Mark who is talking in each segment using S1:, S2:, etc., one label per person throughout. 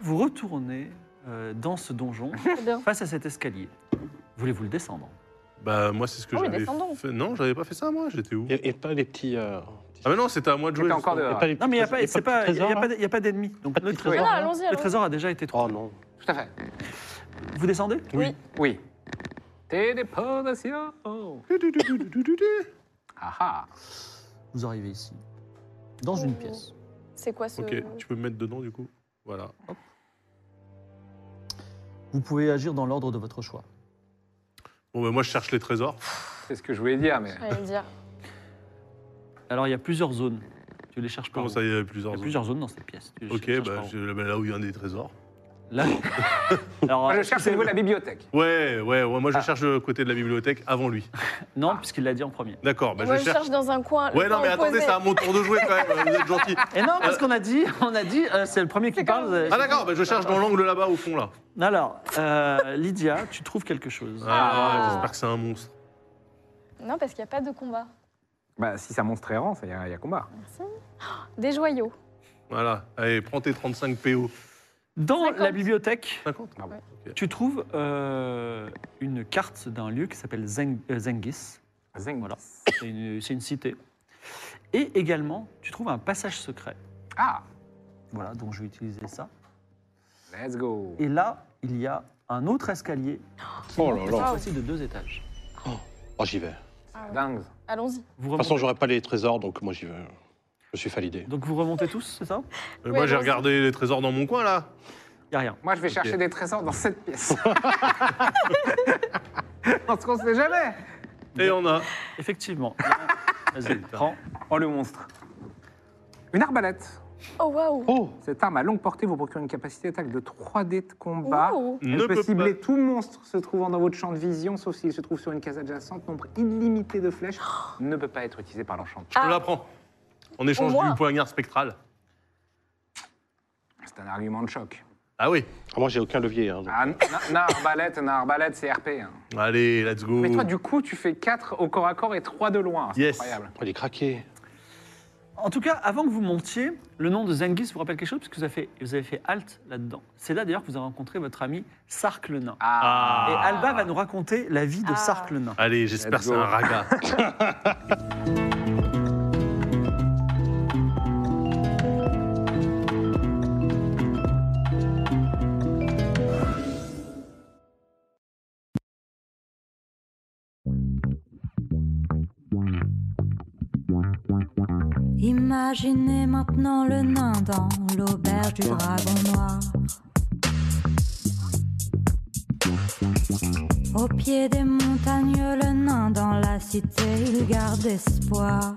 S1: Vous retournez euh, dans ce donjon
S2: bien.
S1: face à cet escalier. Voulez-vous le descendre
S3: Bah, moi, c'est ce que
S2: Oh, mais
S3: j'avais
S2: descendons.
S3: fait. Non, j'avais pas fait ça, moi. J'étais où
S4: Et, et pas les petits. euh, petits-
S3: Ah, mais non, c'était à moi de jouer.
S5: J'étais encore
S3: justement.
S5: dehors.
S4: et pas les
S1: Ah. Non, mais il n'y a
S4: petits-
S1: pas,
S4: et
S1: c'est
S4: pas hein
S1: pas,
S4: le petit
S1: y a- y a
S4: trésor,
S1: pas
S4: là
S1: d- y a pas d'ennemi. Donc
S4: Pas de
S1: le
S4: petit
S1: trésor,
S2: trésor, non, allons-y,
S1: le
S2: allons-y.
S1: trésor a déjà été
S4: Oh
S1: trouvé.
S4: non.
S5: Tout à fait.
S1: Vous descendez
S2: Oui.
S5: Oui. Téléportation. Ah ah.
S1: Vous arrivez ici, dans
S2: une
S1: une
S2: pièce.
S1: pièce.
S2: C'est quoi ce.
S3: Ok, tu peux me mettre dedans, du coup. Voilà.
S1: Vous pouvez agir dans l'ordre de votre choix.
S3: Bon, bah, moi, je cherche les trésors.
S5: C'est ce que je voulais dire, mais.
S2: J'allais le dire.
S3: Bah,
S1: Alors il y a plusieurs zones. Tu les cherches par
S3: Comment
S1: où
S3: ça, il y avait
S1: Il
S3: plusieurs.
S1: y a plusieurs zones dans cette pièce. Tu les
S3: Ok,
S1: cherches
S3: bah,
S1: par où
S3: je- bah, là où il y en a des trésors.
S1: Là. Alors,
S5: Moi, Ah, je cherche au niveau de la bibliothèque.
S3: Ouais, ouais, ouais, moi je
S5: Ah.
S3: cherche le côté de la bibliothèque avant lui.
S1: Non, puisqu'il l'a dit en premier.
S3: D'accord, bah,
S2: Moi,
S3: je
S2: je
S3: cherche.
S2: cherche dans un coin. le
S3: Ouais, non,
S2: coin
S3: mais attendez,
S2: opposé.
S3: c'est à mon tour de jouer quand même, vous êtes gentil.
S1: Et non, parce qu'on a dit, on a dit, euh, c'est le premier qui
S2: C'est quand
S1: parle.
S2: même-
S1: euh,
S3: Ah, d'accord, bah, je cherche dans l'angle là-bas au fond là.
S1: Alors, euh, Lydia, tu trouves quelque chose.
S3: Ah,
S2: Ah.
S3: j'espère que c'est un monstre.
S2: Non, parce qu'il n'y a pas de combat.
S5: Bah, si c'est un monstre errant, il y, a- y a combat.
S2: Merci. Oh, Des joyaux.
S3: Voilà, allez, prends tes 35 PO.
S1: Dans
S2: 50.
S1: la bibliothèque,
S3: 50
S5: Ah bon.
S1: tu trouves euh, une carte d'un lieu qui s'appelle Zeng- euh, Zengis.
S5: Zing.
S1: Voilà. C'est une, c'est une cité. Et également, tu trouves un passage secret.
S5: Ah,
S1: Voilà, donc je vais utiliser ça.
S5: let's go.
S1: Et là, il y a un autre escalier,
S4: Oh là
S1: cette
S4: là.
S1: fois-ci de deux étages.
S4: Oh, j'y vais. De
S2: Ah ouais.
S5: Dingue.
S2: Allons-y.
S1: Vous
S4: toute façon,
S1: remontez,
S4: j'aurais pas les trésors, donc moi j'y vais. Je suis validé.
S1: donc vous remontez tous, c'est ça
S3: Mais Moi
S2: Ouais,
S3: j'ai
S2: non,
S3: regardé les trésors dans mon coin là.
S1: Il n'y a rien.
S5: Moi, je vais
S3: Ok.
S5: chercher des trésors dans cette pièce. Parce qu'on sait jamais.
S3: Et on a.
S1: Effectivement. il y a un- Vas-y, prends.
S5: Oh, le monstre. Une arbalète.
S2: Oh, waouh.
S4: Oh
S5: Cette arme à longue portée vous procure une capacité d'attaque de 3D de combat.
S2: Wow.
S5: Elle
S3: ne
S5: peut,
S3: peut
S5: cibler tout monstre se trouvant dans votre champ de vision, sauf s'il se trouve sur une case adjacente. Nombre illimité de flèches ne peut pas être utilisé par l'enchanteur.
S3: Je
S2: Ah.
S3: te la prends. En échange
S2: Au moins.
S3: du poignard spectral.
S5: C'est un argument de choc.
S3: Ah oui.
S4: Ah, Moi j'ai aucun levier. hein, donc.
S5: Ah, n- na- na arbalète, na arbalète, c'est RP. hein.
S3: Allez, let's go.
S5: Mais toi, du coup, tu fais 4 au corps à corps et 3 de loin. C'est
S3: Mm. Yes.
S5: incroyable.
S4: Oh, il est craqué.
S1: En tout cas, avant que vous montiez, le nom de Zengis vous rappelle quelque chose, puisque vous avez fait, vous avez fait halte là-dedans. C'est là d'ailleurs que vous avez rencontré votre ami Sark le nain.
S5: Ah.
S3: Ah.
S1: Et Alba va nous raconter la vie de
S2: Ah.
S1: Sark le nain.
S3: Allez, j'espère que
S5: Let's
S3: c'est
S5: go.
S3: un raga.
S6: Imaginez maintenant le nain dans l'auberge du dragon noir. Au pied des montagnes, le nain dans la cité, il garde espoir.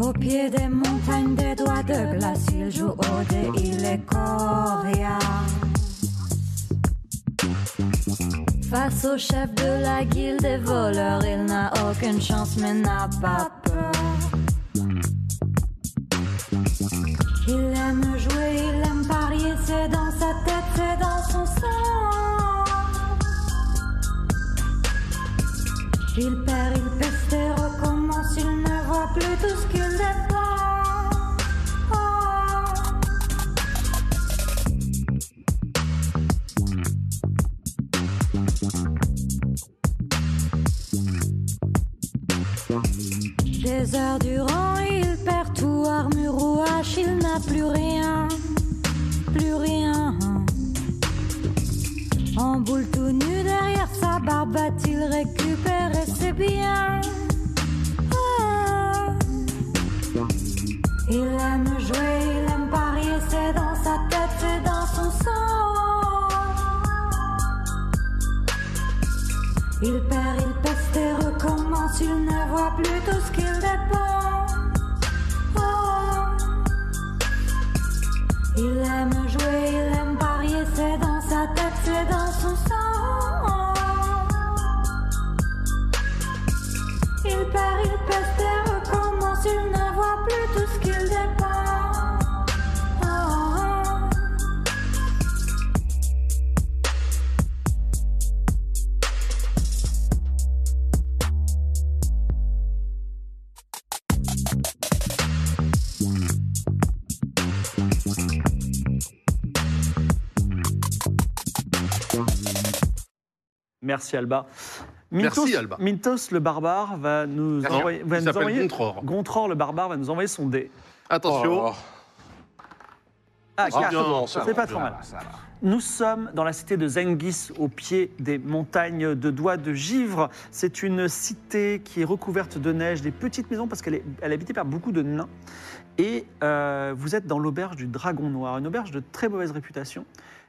S6: Au pied des montagnes, des doigts de glace, il joue au dé, il est coriace. Face au chef de la guilde des voleurs, il n'a aucune chance mais n'a pas peur. Il aime jouer, il aime parier, c'est dans sa tête, c'est dans son sang. Il perd, il peste et recommence, il ne voit plus tout ce qu'il dépense. Des heures durant, il perd tout, armure ou hache, il n'a plus rien, plus rien. En boule tout nu derrière sa barbe, va-t-il récupérer ses biens Ah. Il aime jouer, il aime parier, c'est dans sa tête, c'est dans son sang. Il perd, il peste et recommence, il ne voit plus tout ce qu'il dépend. Il aime jouer, il aime parier, c'est dans sa tête, c'est dans son sang. Il perd, il peste et recommence, il ne voit plus tout ce qu'il dépend.
S1: Merci Alba.
S3: Merci, Alba.
S1: Mintos le barbare va nous
S3: Merci.
S1: envoyer. va
S3: Il
S1: nous
S3: s'appelle
S1: envoyer-
S3: Gontror.
S1: Gontror le barbare va nous envoyer son dé.
S3: Attention.
S4: Oh,
S1: Ah,
S4: Ah,
S1: quatre.
S4: bien, ça
S1: C'est
S4: va,
S1: pas
S4: bien.
S1: trop mal.
S5: Ça va.
S1: Nous sommes dans la cité de Zengis, au pied des montagnes de doigts de givre. C'est une cité qui est recouverte de neige, des petites maisons, parce qu'elle est, elle est habitée par beaucoup de nains. Et euh, vous êtes dans l'auberge du Dragon Noir, une auberge de très mauvaise réputation.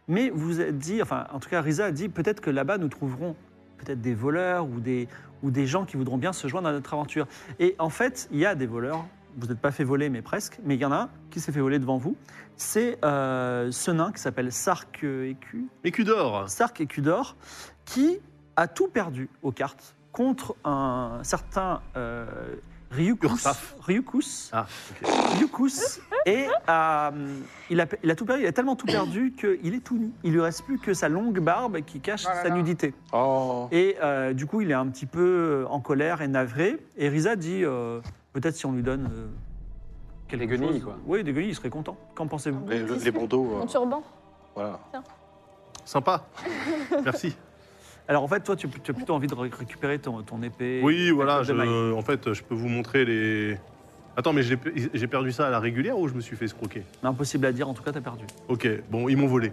S1: Mais vous êtes dit, enfin, en tout cas, Risa a dit, peut-être que là-bas, nous trouverons peut-être des voleurs ou des, ou des gens qui voudront bien se joindre à notre aventure. Et en fait, il y a des voleurs. Vous n'êtes pas fait voler, mais presque. Mais il y en a un qui s'est fait voler devant vous. C'est euh, ce nain qui s'appelle Sark euh, Écu,
S3: Et Cudor.
S1: Sark et Cudor, qui a tout perdu aux cartes contre un certain euh, Ryukus.
S3: Ursaf.
S1: Ryukus.
S3: Ah,
S1: Ryukus. Et euh, il, a, il a tout perdu, il a tellement tout perdu qu'il est tout nu. Il lui reste plus que sa longue barbe qui cache
S5: Oh là
S1: sa
S5: là.
S1: nudité.
S4: oh.
S1: Et euh, du coup, il est un petit peu euh, en colère et navré. Et Risa dit euh, peut-être si on lui donne. euh, quelque
S5: Des guenilles,
S1: chose-
S5: quoi.
S1: Oui, des guenilles, il serait content. Qu'en pensez-vous
S4: Les, le- les bandeaux, euh,
S2: Mon turban.
S4: voilà.
S3: Sympa. Merci.
S1: Alors en fait, toi, tu, tu as plutôt envie de ré- récupérer ton, ton épée.
S3: Oui,
S1: ta
S3: voilà.
S1: cotte de
S3: je-
S1: maille.
S3: en fait, je peux vous montrer les. Attends, mais j'ai j'ai perdu ça à la régulière ou je me suis fait escroquer
S1: Impossible à dire, en tout cas, t'as perdu.
S3: Ok, bon, ils m'ont volé.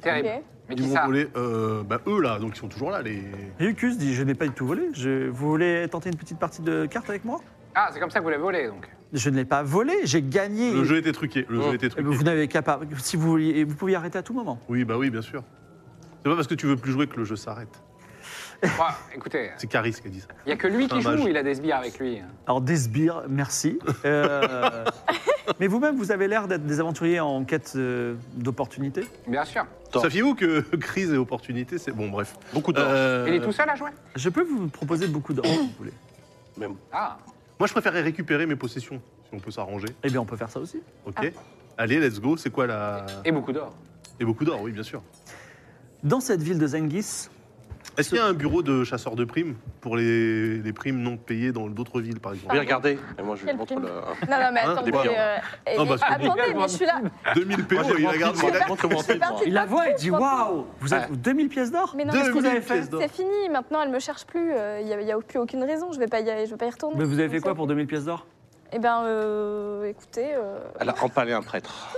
S5: Terrible.
S2: Ok.
S5: Mais
S3: Ils
S5: qui
S3: m'ont
S5: ça
S3: volé. euh, bah, eux, là, donc ils sont toujours là, les.
S1: Ryukus dit Je n'ai pas du tout volé. Je... Vous voulez tenter une petite partie de carte avec moi
S5: Ah, c'est comme ça que vous l'avez volé, donc.
S1: Je ne l'ai pas volé, j'ai gagné.
S3: Le jeu était truqué. Le
S4: Oh.
S3: jeu était
S1: Eh ben,
S3: truqué.
S1: Vous n'avez qu'à pas. Si vous vouliez, vous pouviez arrêter à tout moment.
S3: Oui, bah oui, bien sûr. C'est pas parce que tu veux plus jouer que le jeu s'arrête.
S5: Bon, écoutez,
S3: C'est Caris qui a dit ça.
S5: il n'y a que lui qui
S3: Un mage.
S5: joue, il a des sbires avec lui.
S1: Alors, des sbires, merci. Euh, Mais vous-même, vous avez l'air d'être des aventuriers en quête euh, d'opportunités.
S5: Bien sûr.
S4: Tort.
S3: Saviez-vous que crise et opportunité, c'est. Bon, bref.
S4: Beaucoup d'or.
S3: Euh,
S5: Il est tout seul à jouer
S1: Je peux vous proposer beaucoup d'or, si vous voulez.
S5: Ah,
S3: Moi, je préférais récupérer mes possessions, si on peut s'arranger.
S1: Eh bien, on peut faire ça aussi.
S3: Ok Allez, let's go. C'est quoi la.
S5: et beaucoup d'or.
S3: Et beaucoup d'or, oui, bien sûr.
S1: Dans cette ville de Zengis,
S3: Est-ce qu'il y a un bureau de chasseurs de primes pour les, les primes non payées dans d'autres villes, par exemple
S4: Oui, regardez. Et moi, je lui
S2: Quel
S4: montre
S2: film
S4: le.
S2: Non, non, mais
S3: Hein,
S2: attendez.
S4: des billets.
S2: euh, et-
S3: Non, parce que-
S2: attendez, mais je suis là.
S3: 2000 PO,
S4: Ah. Moi, j'ai
S3: il
S4: menti,
S3: regarde.
S4: moi.
S3: il regarde-
S4: Montre comment
S2: C'est
S4: c'est, moi.
S2: parti de
S1: Il la voit et
S2: partout,
S1: dit
S2: franchement.
S1: Waouh Vous avez 2000 pièces d'or
S2: Mais non,
S3: Deux
S2: mais
S3: mille
S2: vous avez
S3: pièces
S2: fait-
S3: d'or.
S2: c'est fini. Maintenant, elle me cherche plus. Euh, Il n'y a, y a plus aucune raison. Je vais pas y, aller- je vais pas y retourner.
S1: Mais vous avez fait quoi pour 2000 pièces d'or
S2: Eh ben, euh, écoutez, euh,
S4: Elle a empalé un prêtre.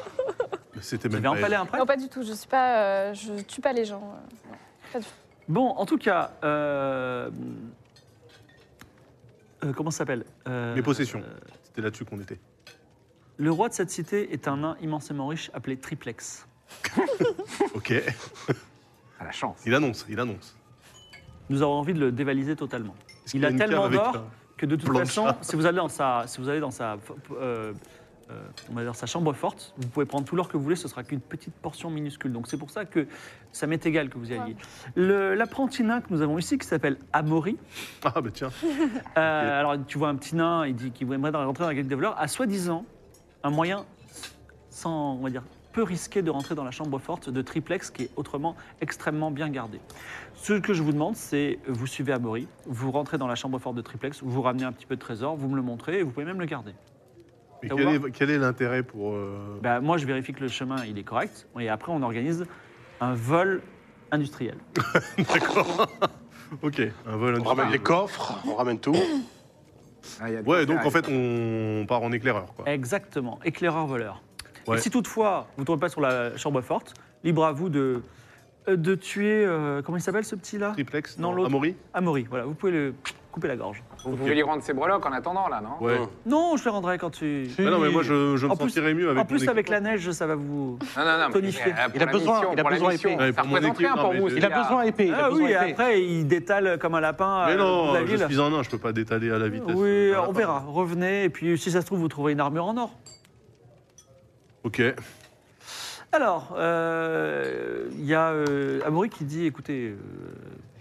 S3: C'était
S1: Vous
S3: même
S1: avez
S3: pas
S1: empalé un prêtre
S2: non pas du tout. Je suis pas, euh, je tue pas les gens. euh.
S1: Bon, en tout cas, euh, euh, comment ça s'appelle Euh,
S3: Les possessions.
S1: euh,
S3: elle. C'était là-dessus qu'on était.
S1: le roi de cette cité est un nain immensément riche appelé Triplex.
S3: Ok.
S5: Ah, la chance.
S3: Il annonce, il annonce.
S1: Nous avons envie de le dévaliser totalement.
S3: Est-ce
S1: Il
S3: qu'il y
S1: a
S3: une cave
S1: tellement
S3: avec
S1: d'or
S3: un-
S1: Que de toute
S3: Plancha.
S1: façon, si vous allez dans sa, si vous allez dans sa, euh, euh, on va dire sa chambre forte, vous pouvez prendre tout l'or que vous voulez, ce sera qu'une petite portion minuscule. Donc c'est pour ça que ça m'est égal que vous y alliez. Le- L'apprenti nain que nous avons ici, qui s'appelle Amaury,
S3: Ah, bah tiens.
S1: Euh,
S3: Ok.
S1: Alors, tu vois un petit nain, il dit qu'il aimerait rentrer dans la guilde des voleurs, a soi-disant un moyen, sans, on va dire, peu risqué de rentrer dans la chambre forte de Triplex, qui est autrement extrêmement bien gardée. Ce que je vous demande, c'est euh, vous suivez Amaury, vous rentrez dans la chambre forte de Triplex, vous ramenez un petit peu de trésor, vous me le montrez et vous pouvez même le garder.
S3: Mais
S1: Ça
S3: quel
S1: vous va
S3: est, quel est l'intérêt pour. euh,
S1: Bah, moi, je vérifie que le chemin, il est correct, et après, on organise un vol industriel.
S3: D'accord. ok, un vol
S4: On ramène les
S3: industriel.
S4: coffres, on ramène tout.
S5: Ah, il y a des
S3: Ouais, donc
S5: affaires
S3: en fait,
S5: avec
S3: on part en éclaireur,
S1: Eh.
S3: quoi.
S1: Exactement, éclaireur-voleur.
S3: Ouais.
S1: Et si toutefois vous ne tombez pas sur la chambre forte, libre à vous de, euh, de tuer. euh, comment il s'appelle ce petit-là
S3: Triplex
S1: Non,
S3: non,
S1: l'autre.
S3: Amaury
S1: Amaury, voilà, vous pouvez le couper la gorge.
S5: Vous pouvez lui rendre ses breloques en attendant, là, non
S3: Ouais.
S4: Hum.
S1: Non, je les rendrai quand tu.
S3: Hein. Mais non, mais moi, je, je me
S1: En plus-
S3: sentirais mieux avec
S1: en plus,
S3: mon
S1: avec
S3: équipe.
S1: la neige, ça va vous.
S5: Non, non, non. mais-
S1: Tonifié.
S5: euh, pour
S4: Il a
S5: la
S4: besoin, il
S5: mission,
S4: a
S5: pour la
S4: besoin
S5: mission.
S4: épais.
S3: Ouais,
S5: Ça
S3: pour mon
S5: représente
S3: équipe,
S5: rien
S3: non,
S5: pour
S3: mais
S5: vous.
S3: je-
S5: c'est
S4: Il a
S5: bien.
S4: besoin épais. il a
S1: Ah
S4: besoin
S1: oui,
S4: épais.
S1: après, il détale comme un lapin
S3: Mais
S1: euh,
S3: non,
S1: la ville.
S3: je suis un nain, je peux pas détaler à la vitesse.
S1: oui,
S3: d'un lapin.
S1: on verra. Revenez, et puis si ça se trouve, vous trouverez une armure en or.
S3: Ok.
S1: Alors, euh, il y a euh, Amaury qui dit écoutez, euh,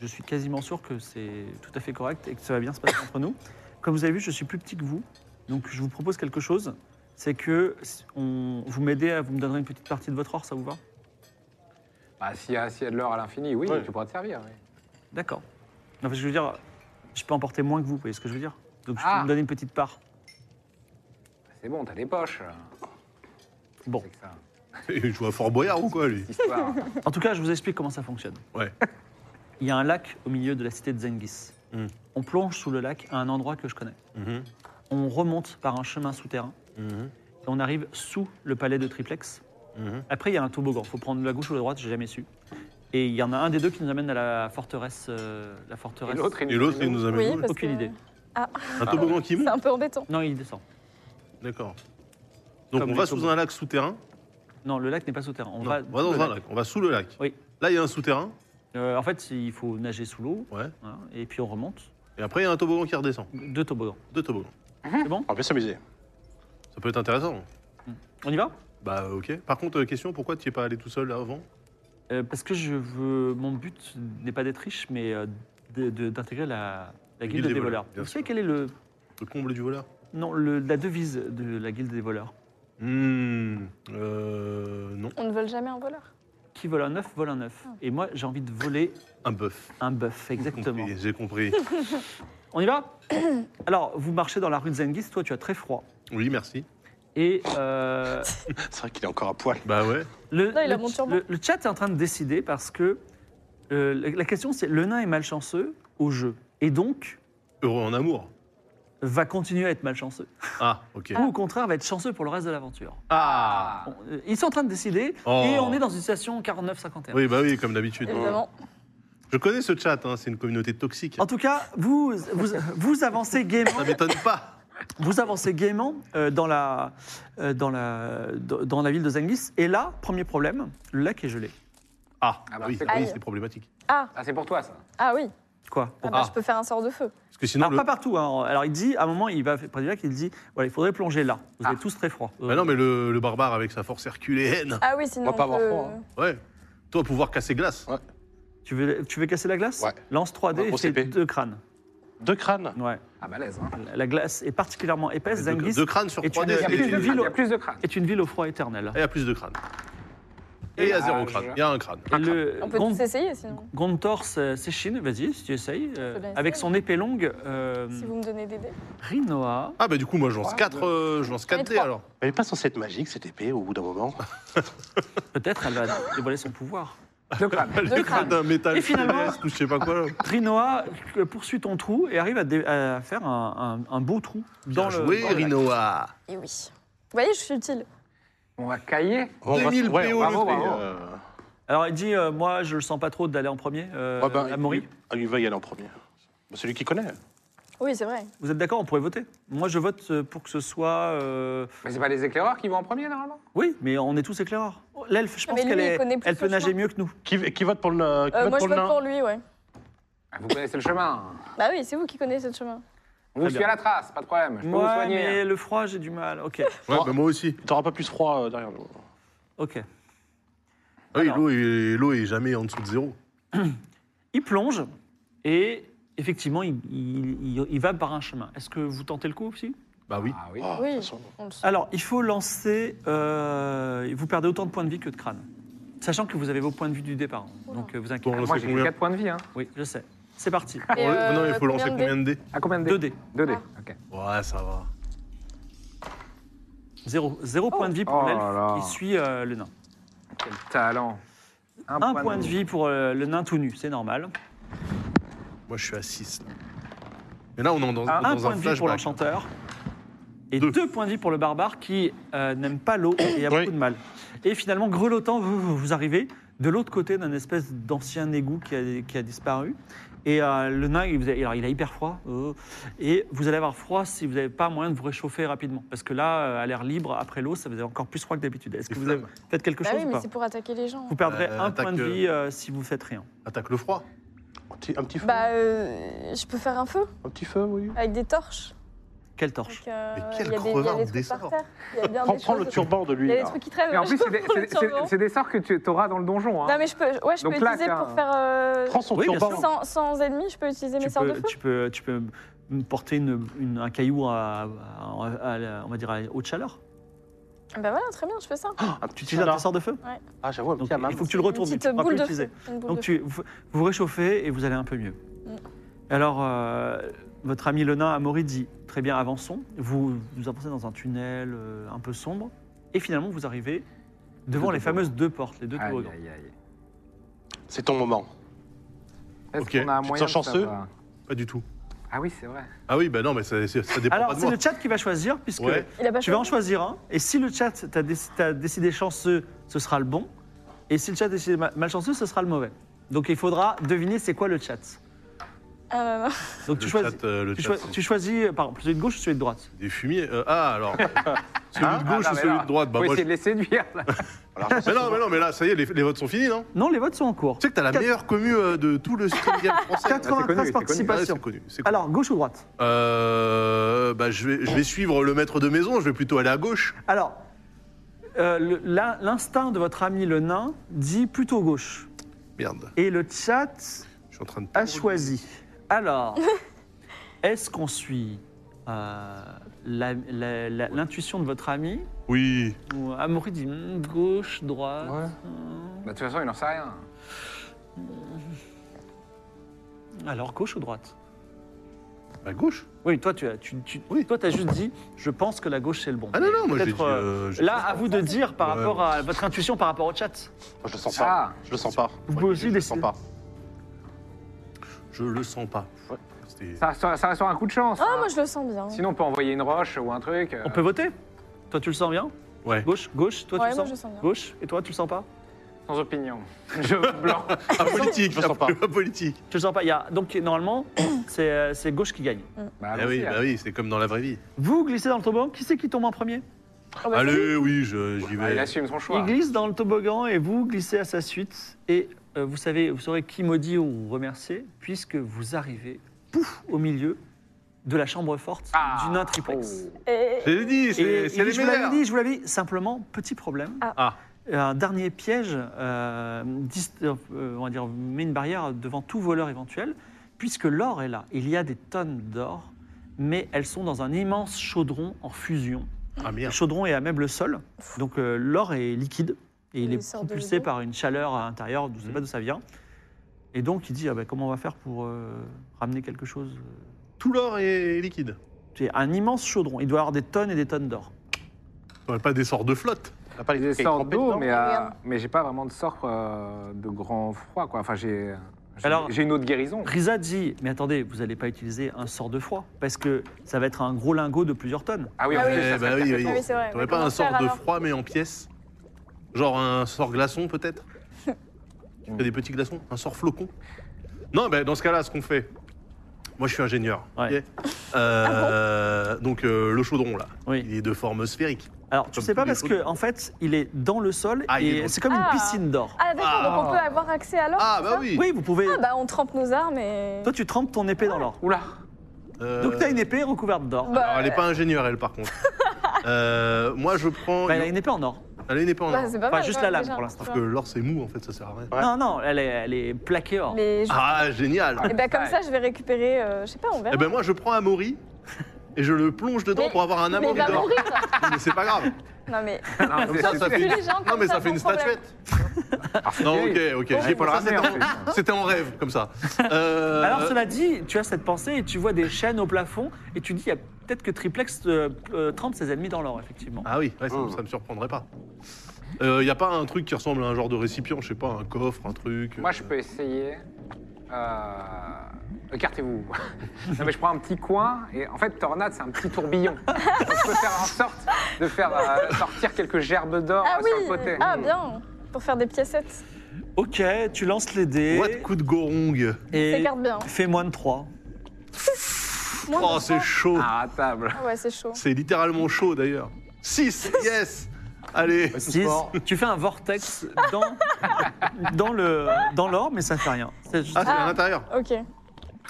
S1: je suis quasiment sûr que c'est tout à fait correct et que ça va bien se passer entre nous. Comme vous avez vu, je suis plus petit que vous, donc je vous propose quelque chose. C'est que si on- vous m'aidez, à- vous me donnerez une petite partie de votre or, ça vous va
S5: Bah, S'il y, a- s'il y a de l'or à l'infini, oui,
S4: Ouais.
S5: tu pourras te servir. oui.
S1: D'accord. Non, parce que je veux dire, je peux emporter moins que vous, vous voyez ce que je veux dire Donc je
S5: Ah.
S1: peux me donner une petite part.
S5: C'est bon, t'as les poches. là.
S1: Bon.
S5: C'est que ça,
S3: Il joue à Fort Boyard ou quoi, lui
S5: cette histoire.
S1: En tout cas, je vous explique comment ça fonctionne.
S3: Ouais.
S1: Il y a un lac au milieu de la cité de Zengis.
S3: Hmm.
S1: On plonge sous le lac à un endroit que je connais.
S3: Mhm,
S1: On remonte par un chemin souterrain
S3: mhm,
S1: et on arrive sous le palais de Triplex.
S3: mhm.
S1: Après, il y a un toboggan. Il faut prendre la gauche ou la droite, j'ai jamais su. Et il y en a un des deux qui nous amène à la forteresse. euh, la
S5: Et
S1: forteresse.
S5: l'autre, il
S3: Et l'autre, il nous amène
S2: Oui,
S3: où, là
S2: parce
S1: Aucune
S2: que
S1: idée.
S3: Un toboggan qui
S2: c'est
S3: monte
S2: un peu embêtant.
S1: Non, il descend.
S3: D'accord. Donc
S1: Comme
S3: on va
S1: les
S3: sous
S1: toboggans.
S3: un lac souterrain
S1: Non, le lac n'est pas souterrain. On
S3: Non,
S1: va,
S3: on va dans
S1: le
S3: un lac, on va sous le lac.
S1: Oui.
S3: Là, il y a un souterrain,
S1: Euh, en fait, il faut nager sous l'eau
S3: ouais.
S1: hein, et puis on remonte.
S3: Et après, il y a un toboggan qui redescend.
S1: Deux toboggans.
S3: Deux toboggans.
S1: C'est bon
S4: On peut s'amuser.
S3: Ça peut être intéressant.
S1: On y va
S3: Bah, ok. Par contre, euh, question, pourquoi tu n'y es pas allé tout seul là, avant
S1: Euh, Parce que je veux. Mon but n'est pas d'être riche, mais euh, de- de- d'intégrer la, la guilde des, voleurs.
S3: bien
S1: Vous
S3: sûr.
S1: savez quel est le.
S3: Le comble du voleur
S1: Non, le- la devise de la guilde des voleurs
S3: Hmm. Euh. Non.
S2: On ne vole jamais un voleur.
S1: Qui vole un œuf, vole un œuf.
S2: Ah.
S1: Et moi, j'ai envie de voler
S3: Un bœuf.
S1: un bœuf, exactement.
S3: Compris, J'ai compris.
S1: On y va Alors, vous marchez dans la rue de Zengis, toi, tu as très froid.
S3: Oui, merci.
S1: Et euh,
S4: C'est vrai qu'il est encore à poil.
S3: Bah ouais.
S1: le,
S2: Là, il a
S1: le-
S2: mon turban.
S1: le- le chat est en train de décider parce que euh, la, la question, c'est le nain est malchanceux au jeu. Et donc,
S3: Heureux en amour.
S1: va continuer à être malchanceux.
S3: Ah, ok.
S1: Ou au contraire, va être chanceux pour le reste de l'aventure.
S5: Ah
S1: Bon, euh, Ils sont en train de décider
S3: Oh.
S1: et on est dans une situation 49-51.
S3: Oui, bah oui, comme d'habitude.
S2: Évidemment.
S3: Je connais ce chat, hein, c'est une communauté toxique.
S1: En tout cas, vous, vous, vous avancez gaiement,
S3: Ça m'étonne pas.
S1: vous avancez gaiement euh, dans, la, euh, dans, la, dans dans la ville de Zengis. Et là, premier problème, le lac est gelé.
S3: Ah,
S5: Ah bah,
S3: oui,
S5: c'est
S3: oui,
S2: cool.
S3: c'est problématique.
S2: Ah,
S5: Ah, c'est pour toi, ça.
S2: ah oui.
S1: Quoi
S2: Ah bah,
S3: Ah.
S2: je peux faire un sort de feu.
S3: Parce que sinon,
S1: Alors, pas
S3: le...
S1: partout. hein. Alors, il dit, à un moment, il va près du lac, il dit voilà, il faudrait plonger là. Vous
S5: Ah.
S1: avez tous très froid.
S3: Bah non, mais le, le barbare avec sa force herculéenne.
S2: Ah oui, sinon.
S4: On va pas avoir
S2: peut-
S4: froid, hein.
S3: Ouais. Toi, pouvoir casser glace.
S4: Ouais.
S1: tu, veux, tu veux casser la glace
S4: Ouais.
S1: Lance 3D
S4: Ouais,
S1: et
S4: gros
S1: fais
S4: CP.
S1: deux crânes.
S4: Deux crânes
S1: Ouais.
S5: Ah, balèze, hein.
S1: La glace est particulièrement épaisse.
S3: Deux,
S1: Zengis
S3: deux crânes sur
S1: Et tu
S3: 3D.
S1: n'as
S5: Il y a
S3: c'est-
S5: plus
S1: une
S5: de
S3: Et
S1: ville
S5: crâne,
S1: au-
S5: il y a plus de crâne.
S1: est une ville au froid éternel.
S3: il y a plus de crânes. Et il y a zéro
S5: Ah,
S3: crâne.
S5: je-
S3: Il y a un crâne.
S1: Et le
S2: On peut
S1: Gon-
S2: tous essayer sinon,
S1: Gontor euh, s'échine, vas-y, si tu essayes, euh,
S2: Je peux bien
S1: avec
S2: essayer.
S1: son épée longue, euh,
S2: si vous me donnez des dés.
S1: Rinoa.
S3: Ah bah du coup, moi, je lance
S5: Ouais,
S3: 4
S5: ouais.
S3: je lance
S2: J'en ai
S3: 4 dés
S2: trois.
S3: alors.
S4: Elle est pas censée être magique, cette épée, au bout d'un moment.
S1: Peut-être elle va dévoiler son pouvoir.
S5: Deux crânes.
S3: Le crâne d'un métal
S1: Et finalement-
S3: céleste ou je sais pas quoi. là.
S1: Rinoa euh, poursuit ton trou et arrive à, dé- à faire un, un- un beau trou
S3: Bien
S1: dans le.
S3: joué,
S1: dans le lac.
S3: Rinoa.
S2: Et oui. Vous voyez, je suis utile.
S5: On va cailler.
S4: On va-
S3: 2000
S4: ouais,
S3: PO
S4: bravo,
S3: le prix,
S4: bravo.
S1: Alors il dit, euh, moi je le sens pas trop d'aller en premier, euh,
S4: Ouais, ben, il-
S1: Amaury.
S4: il, il va y aller en premier. Bah, Celui qui connaît.
S2: Oui, c'est vrai.
S1: Vous êtes d'accord On pourrait voter. Moi je vote euh, pour que ce soit. euh,
S5: Mais c'est pas les éclaireurs qui vont en premier, normalement
S1: Oui, mais on est tous éclaireurs. Oh, L'elfe, je
S2: Ah,
S1: pense
S2: mais lui,
S1: qu'elle
S2: il
S1: est-
S2: connaît plus
S1: elle peut
S2: le
S1: nager
S2: chemin.
S1: mieux que nous.
S4: Qui, qui vote pour le, qui
S2: Euh,
S4: vote
S2: moi, je
S4: pour le
S2: vote
S4: nain
S2: pour lui, ouais.
S5: Ah, Vous connaissez le chemin. hein.
S2: Bah oui, c'est vous qui connaissez le chemin.
S5: On vous
S1: Très
S5: suit
S1: bien.
S5: à la trace, pas de problème. Je peux vous
S1: Moi,
S5: soigner. hein.
S1: mais le froid, j'ai du mal. Ok,
S3: Ouais, bah moi aussi.
S4: T'auras pas plus froid euh, derrière nous.
S1: ok.
S3: Ah oui,
S1: Alors.
S3: l'eau est, l'eau est jamais en dessous de zéro.
S1: Il plonge et effectivement, il, il- il- il va par un chemin. Est-ce que vous tentez le coup aussi
S3: Bah oui.
S5: Ah oui.
S4: Ah, de
S2: Oui.
S4: toute façon.
S2: On le sait.
S1: Alors, il faut lancer. euh, vous perdez autant de points de vie que de crâne. Sachant que vous avez vos points de vue du départ. hein. Donc, euh, vous inquiétez
S3: Bon, on
S1: pas.
S3: lance
S5: Moi,
S3: c'est
S5: j'ai
S3: combien
S5: que 4 points de vie. Hein.
S1: Oui, je sais. C'est parti.
S2: Et,
S3: Ouais, Oh, non, il
S2: euh,
S3: faut lancer
S2: dés
S3: combien de dés
S5: À combien de dés
S1: 2D.
S5: 2 dés. Ok.
S3: Ouais, ça va.
S1: Zéro, zéro point de vie pour
S5: Oh là là.
S1: l'elfe qui suit euh, le nain.
S5: Quel talent.
S1: Un point de vie pour euh, le nain tout nu, c'est normal.
S3: Moi, je suis à 6. Mais là, on est dans,
S5: Ah,
S3: dans
S1: un point de
S3: un
S1: vie pour
S3: flashback.
S1: l'enchanteur. Et
S3: Deux.
S1: deux. points de vie pour le barbare qui euh, n'aime pas l'eau et a
S4: Oui.
S1: beaucoup de mal. Et finalement, grelottant, vous, vous- vous arrivez. de l'autre côté d'un espèce d'ancien égout qui a, qui a disparu. Et euh, le nain, il, vous a, alors, il a hyper froid. euh, et vous allez avoir froid si vous n'avez pas moyen de vous réchauffer rapidement. Parce que là, euh, à l'air libre, après l'eau, ça vous avez encore plus froid que d'habitude. Est-ce que vous avez faites quelque
S2: Bah
S1: chose
S2: oui,
S1: ou
S2: mais
S1: pas
S2: c'est pour attaquer les gens.
S1: Vous perdrez
S3: Euh,
S1: un point de
S3: attaque,
S1: vie euh, si vous faites rien.
S3: Attaque le froid.
S4: Un petit, un petit feu.
S2: Bah, euh, je peux faire un feu
S4: Un petit feu, oui.
S2: avec des torches.
S1: Quelle torche
S2: Donc, euh,
S3: Mais
S2: il y a
S3: quel
S2: des- il y a
S3: crevard
S2: des
S3: de
S2: trucs par
S3: dessert.
S2: terre. Il y a bien
S4: Prends,
S2: des
S4: prends le
S2: choses-
S4: turban de lui.
S2: Il y a
S4: là.
S2: des trucs qui traînent.
S5: Mais en
S2: Je
S5: plus,
S2: peux
S5: c'est des,
S2: prendre le
S5: c'est- c'est-
S2: turban.
S5: c'est des sorts que tu auras dans le donjon.
S2: Non,
S5: Hein.
S2: mais je peux, ouais, je
S5: Donc
S2: peux
S5: là,
S2: utiliser
S5: t'as
S2: pour
S5: un-
S2: faire. euh,
S4: Prends son
S1: Oui, bien
S4: turban.
S1: sûr.
S2: sans, sans ennemis, je peux utiliser mes
S1: tu
S2: sorts de
S1: peux,
S2: feu.
S1: tu, peux, tu peux me porter une- une- un caillou à, à- à la- on va dire à haute chaleur.
S2: Ah Bah voilà, très bien, je fais ça.
S4: Un
S1: Tu
S4: petit
S1: utilises un
S4: sauna.
S1: tes sorts de feu
S4: Ah, j'avoue, un
S1: Donc,
S4: petit hammam.
S1: il faut que tu le retournes.
S2: Une
S1: tu
S2: petite
S1: pourras plus
S2: boule de
S1: l'utiliser.
S2: feu. Une boule
S1: Donc
S2: de
S1: tu, vous vous réchauffez et vous allez un peu mieux.
S2: Mm.
S1: Alors, euh, votre ami le nain Amaury dit Très bien, avançons. Vous vous avancez dans un tunnel euh, un peu sombre et finalement vous arrivez devant
S5: Deux
S1: les
S5: toboggans.
S1: fameuses deux portes, les deux
S5: Aïe,
S1: toboggans.
S5: aïe, aïe.
S4: C'est ton moment.
S5: Est-ce
S3: Ok,
S5: qu'on a un
S3: tu te
S5: moyen
S4: sens
S5: de
S4: chanceux
S5: savoir
S3: Pas du tout.
S5: Ah oui, c'est vrai.
S3: Ah oui, bah non, mais ça, c'est- ça dépend
S1: Alors,
S3: pas de
S1: c'est
S3: moi.
S1: le chat qui va choisir, puisque
S3: Ouais.
S2: feu. Il a pas
S1: tu vas en
S2: choisi.
S1: choisir un. Et si le chat t'a dé- t'a décidé chanceux, ce sera le bon. Et si le chat décide ma- malchanceux, ce sera le mauvais. Donc, il faudra deviner c'est quoi le chat.
S2: Ah, non, non.
S1: Donc,
S3: Le
S1: tu choisis.
S3: chat, euh, le
S1: tu,
S3: chat,
S1: choi-
S3: c'est
S1: tu choisis, euh, par exemple, celui de gauche ou celui de droite
S3: des fumiers. Euh, ah, alors. celui
S5: Hein
S3: de gauche
S5: Ah, non,
S3: ou
S5: mais
S3: celui
S5: là,
S3: de droite bah,
S5: Faut
S3: moi, je-
S5: essayer de les séduire. là.
S4: Alors,
S3: Mais non, mais non, mais là, ça y est, les, les votes sont finis, non
S1: Non, les votes sont en cours.
S3: Tu sais que t'as la
S1: Quatre-
S3: meilleure commu euh, de tout le stream game français.
S5: c'est connu,
S1: 93
S5: c'est connu.
S3: Ouais,
S1: participations.
S3: c'est connu. c'est connu.
S1: Alors, gauche ou droite
S3: Euh, bah, je, vais, je vais suivre le maître de maison, je vais plutôt aller à gauche.
S1: Alors, euh, le- l'in- l'instinct de votre ami le nain dit plutôt gauche.
S3: Merde,
S1: Et le chat
S3: je suis en train de.
S1: a choisi. Alors, est-ce qu'on suit euh, la- la- la- l'intuition de votre ami
S3: Oui.
S1: ou Amaury dit hmm, gauche, droite
S4: Ouais.
S1: hmm.
S5: Bah, de toute façon, il n'en sait rien.
S1: Alors, gauche ou droite
S3: À gauche
S1: Oui, toi, tu as, tu, tu-
S3: Oui.
S1: toi, t'as juste dit je pense que la gauche, c'est le bon.
S3: Ah non, non, moi j'ai
S1: Peut-être,
S3: dit. euh, j'ai-
S1: Là, à vous de dire par
S3: Ouais.
S1: rapport à votre intuition par rapport au chat.
S4: Moi, je le sens pas.
S5: Ah,
S4: Je le sens pas.
S1: Vous
S4: Ouais,
S1: pouvez
S4: je-
S1: aussi
S4: je le
S1: décider.
S4: sens pas.
S3: Je le sens pas.
S4: Ouais.
S3: C'était-
S5: ça, ça, ça va sur un coup de chance.
S2: Ah,
S5: hein.
S2: moi je le sens bien.
S5: Sinon, on peut envoyer une roche ou un truc. euh.
S1: On peut voter Toi, tu le sens bien
S3: Ouais.
S1: Gauche, gauche, toi,
S2: Ouais,
S1: tu le
S2: moi
S1: sens
S2: je le sens bien.
S1: Gauche, et toi, tu le sens pas
S5: Sans opinion. Je veux blanc.
S3: Ah, politique,
S4: Je le sens pas.
S3: ah, politique.
S1: Tu le sens pas. Il y a, donc, normalement, c'est euh, c'est gauche qui gagne.
S5: Bah,
S3: Ah oui,
S4: hein.
S5: allons-y,
S3: bah oui, c'est comme dans la vraie vie.
S1: Vous glissez dans le toboggan. Qui c'est qui tombe en premier
S2: Ah, bah,
S3: Allez, oui, je- j'y
S5: Bah, il
S3: vais.
S5: assume son choix.
S1: Il glisse dans le toboggan et vous glissez à sa suite. Et euh, vous savez, vous saurez qui maudit ou remercier, puisque vous arrivez, pouf, au milieu de la chambre forte
S5: Ah.
S1: du nain triplex.
S2: Et- et-
S3: Je l'ai dit,
S1: Et
S3: Oh. c'est c'est
S1: il dit,
S3: les
S1: je vous l'avais
S3: meilleurs.
S1: dit, je vous l'avais dit. Simplement, petit problème.
S2: Ah.
S3: Ah.
S1: Un dernier piège, euh, dis- euh, on va dire, met une barrière devant tout voleur éventuel, puisque l'or est là. Il y a des tonnes d'or, mais elles sont dans un immense chaudron en fusion.
S3: Ah
S1: Le
S3: merde.
S1: chaudron est à même le sol, donc euh, l'or est liquide et il
S2: Il
S1: est
S2: sort de
S1: propulsé
S2: l'eau.
S1: par une chaleur à l'intérieur, je ne sais
S3: Mhm.
S1: pas d'où ça vient. Et donc il dit ah ben, comment on va faire pour euh, ramener quelque chose
S3: Tout l'or est liquide.
S1: C'est un immense chaudron, il doit y avoir des tonnes et des tonnes d'or.
S3: Ouais, Pas des sorts de flotte.
S4: T'as pas les
S5: J'ai des
S4: t'es
S5: sorts
S4: trempé
S5: d'eau,
S4: dedans
S5: mais, euh,
S2: Regarde.
S5: mais j'ai pas vraiment de sort euh, de grand froid, quoi. Enfin, j'ai j'ai-
S1: Alors-
S5: j'ai une autre guérison.
S1: Risa dit mais attendez, vous n'allez pas utiliser un sort de froid parce que ça va être un gros lingot de plusieurs tonnes.
S5: Ah oui,
S2: Ah
S5: en
S2: oui,
S5: plus,
S3: Eh
S5: ça
S3: bah
S5: serait
S3: oui,
S5: perfect.
S3: oui.
S2: Ah oui, c'est vrai.
S3: T'aurais
S2: Mais
S3: pas
S2: comment
S3: un sort
S2: faire,
S3: de
S2: alors
S3: froid, mais en pièces Genre un sort glaçon, peut-être Tu fais des petits glaçons Un sort flocon Non, ben dans ce cas-là, ce qu'on fait. Moi, je suis ingénieur.
S1: Ouais.
S3: ok Euh, donc, euh, le chaudron, là,
S1: Oui.
S3: il est de forme sphérique.
S1: Alors tu
S3: Comme
S1: sais pas
S3: tous les
S1: parce que
S3: chaudrons.
S1: en fait il est dans le sol
S3: Ah, il est dans
S1: et
S3: le-
S1: c'est comme
S2: Ah.
S1: une piscine d'or.
S2: Ah, d'accord, donc on peut avoir accès à l'or.
S3: Ah,
S2: c'est
S3: bah
S2: ça
S3: oui
S1: Oui, vous pouvez.
S2: Ah, bah on trempe nos armes et.
S1: Toi tu trempes ton épée dans l'or.
S5: Oula,
S3: Euh, Ah,
S1: Donc tu as une épée recouverte d'or.
S2: Bah,
S3: Alors, elle n'est pas ingénieure, elle, par contre. Euh, moi, je prends.
S1: Bah, elle a une épée en or.
S3: Elle a une épée en
S2: bah,
S3: or.
S2: c'est pas
S1: Enfin,
S2: mal,
S1: juste
S2: quand
S1: la
S2: même,
S1: lame
S2: déjà,
S1: pour l'instant.
S2: tu
S3: Parce
S2: vois.
S3: que l'or, c'est mou, en fait, ça sert à rien.
S4: Ouais.
S1: Non, non, elle est, elle est plaquée or.
S2: Mais je-
S3: Ah, génial
S2: Et bah, comme ça, je vais récupérer. euh, Je sais pas, on verra.
S3: Eh ben, moi, je prends Amaury et je le plonge dedans
S2: Mais-
S3: pour avoir un
S2: Mais bah il
S3: Amaury
S2: va
S3: d'or.
S2: mourir toi.
S3: Mais c'est pas grave.
S2: Non, mais.
S5: Non,
S3: Comme
S5: c'est- Ah,
S3: ça,
S5: c'est-
S3: ça fait
S2: Tous
S3: une-
S2: les gens
S3: Non,
S2: comme
S3: mais
S2: ça,
S3: ça fait
S2: sans
S3: une
S2: problème.
S3: statuette. Non, ok, ok. J'ai
S5: faut le
S3: pas-
S5: ramener, en
S3: C'était en-
S5: fait.
S3: c'était en rêve, comme ça. Euh,
S1: Alors cela dit, tu as cette pensée et tu vois des chaînes au plafond et tu dis il y a peut-être que Triplex euh, euh, trempe ses ennemis dans l'or effectivement.
S3: Ah oui, ouais, ça,
S5: Oh.
S3: ça me surprendrait pas. Il n'y a pas un truc qui ressemble à un genre de récipient, je sais pas, un coffre, un truc.
S5: Moi,
S3: euh,
S5: je peux essayer. Euh, Écartez-vous. non, mais je prends un petit coin et en fait, tornade, c'est un petit tourbillon. Donc, je peux faire en sorte de faire euh, sortir quelques gerbes d'or
S2: Ah
S5: euh,
S2: oui
S5: sur le côté.
S2: Ah, bien Pour faire des piécettes.
S1: Ok, tu lances les dés.
S3: What coup de gorong
S1: et
S2: S'écarte bien.
S1: fais moins de 3.
S2: Moins
S3: Oh,
S2: de
S3: c'est
S2: sang.
S3: chaud.
S5: Ah, à table.
S2: Ah ouais, c'est chaud.
S3: C'est littéralement chaud d'ailleurs. 6 Yes Allez
S5: Petit
S1: 10.
S5: sport.
S1: Tu fais un vortex dans, dans le dans l'or, mais ça fait rien. C'est juste-
S3: Ah, c'est
S2: Ah.
S3: à l'intérieur.
S2: Ok.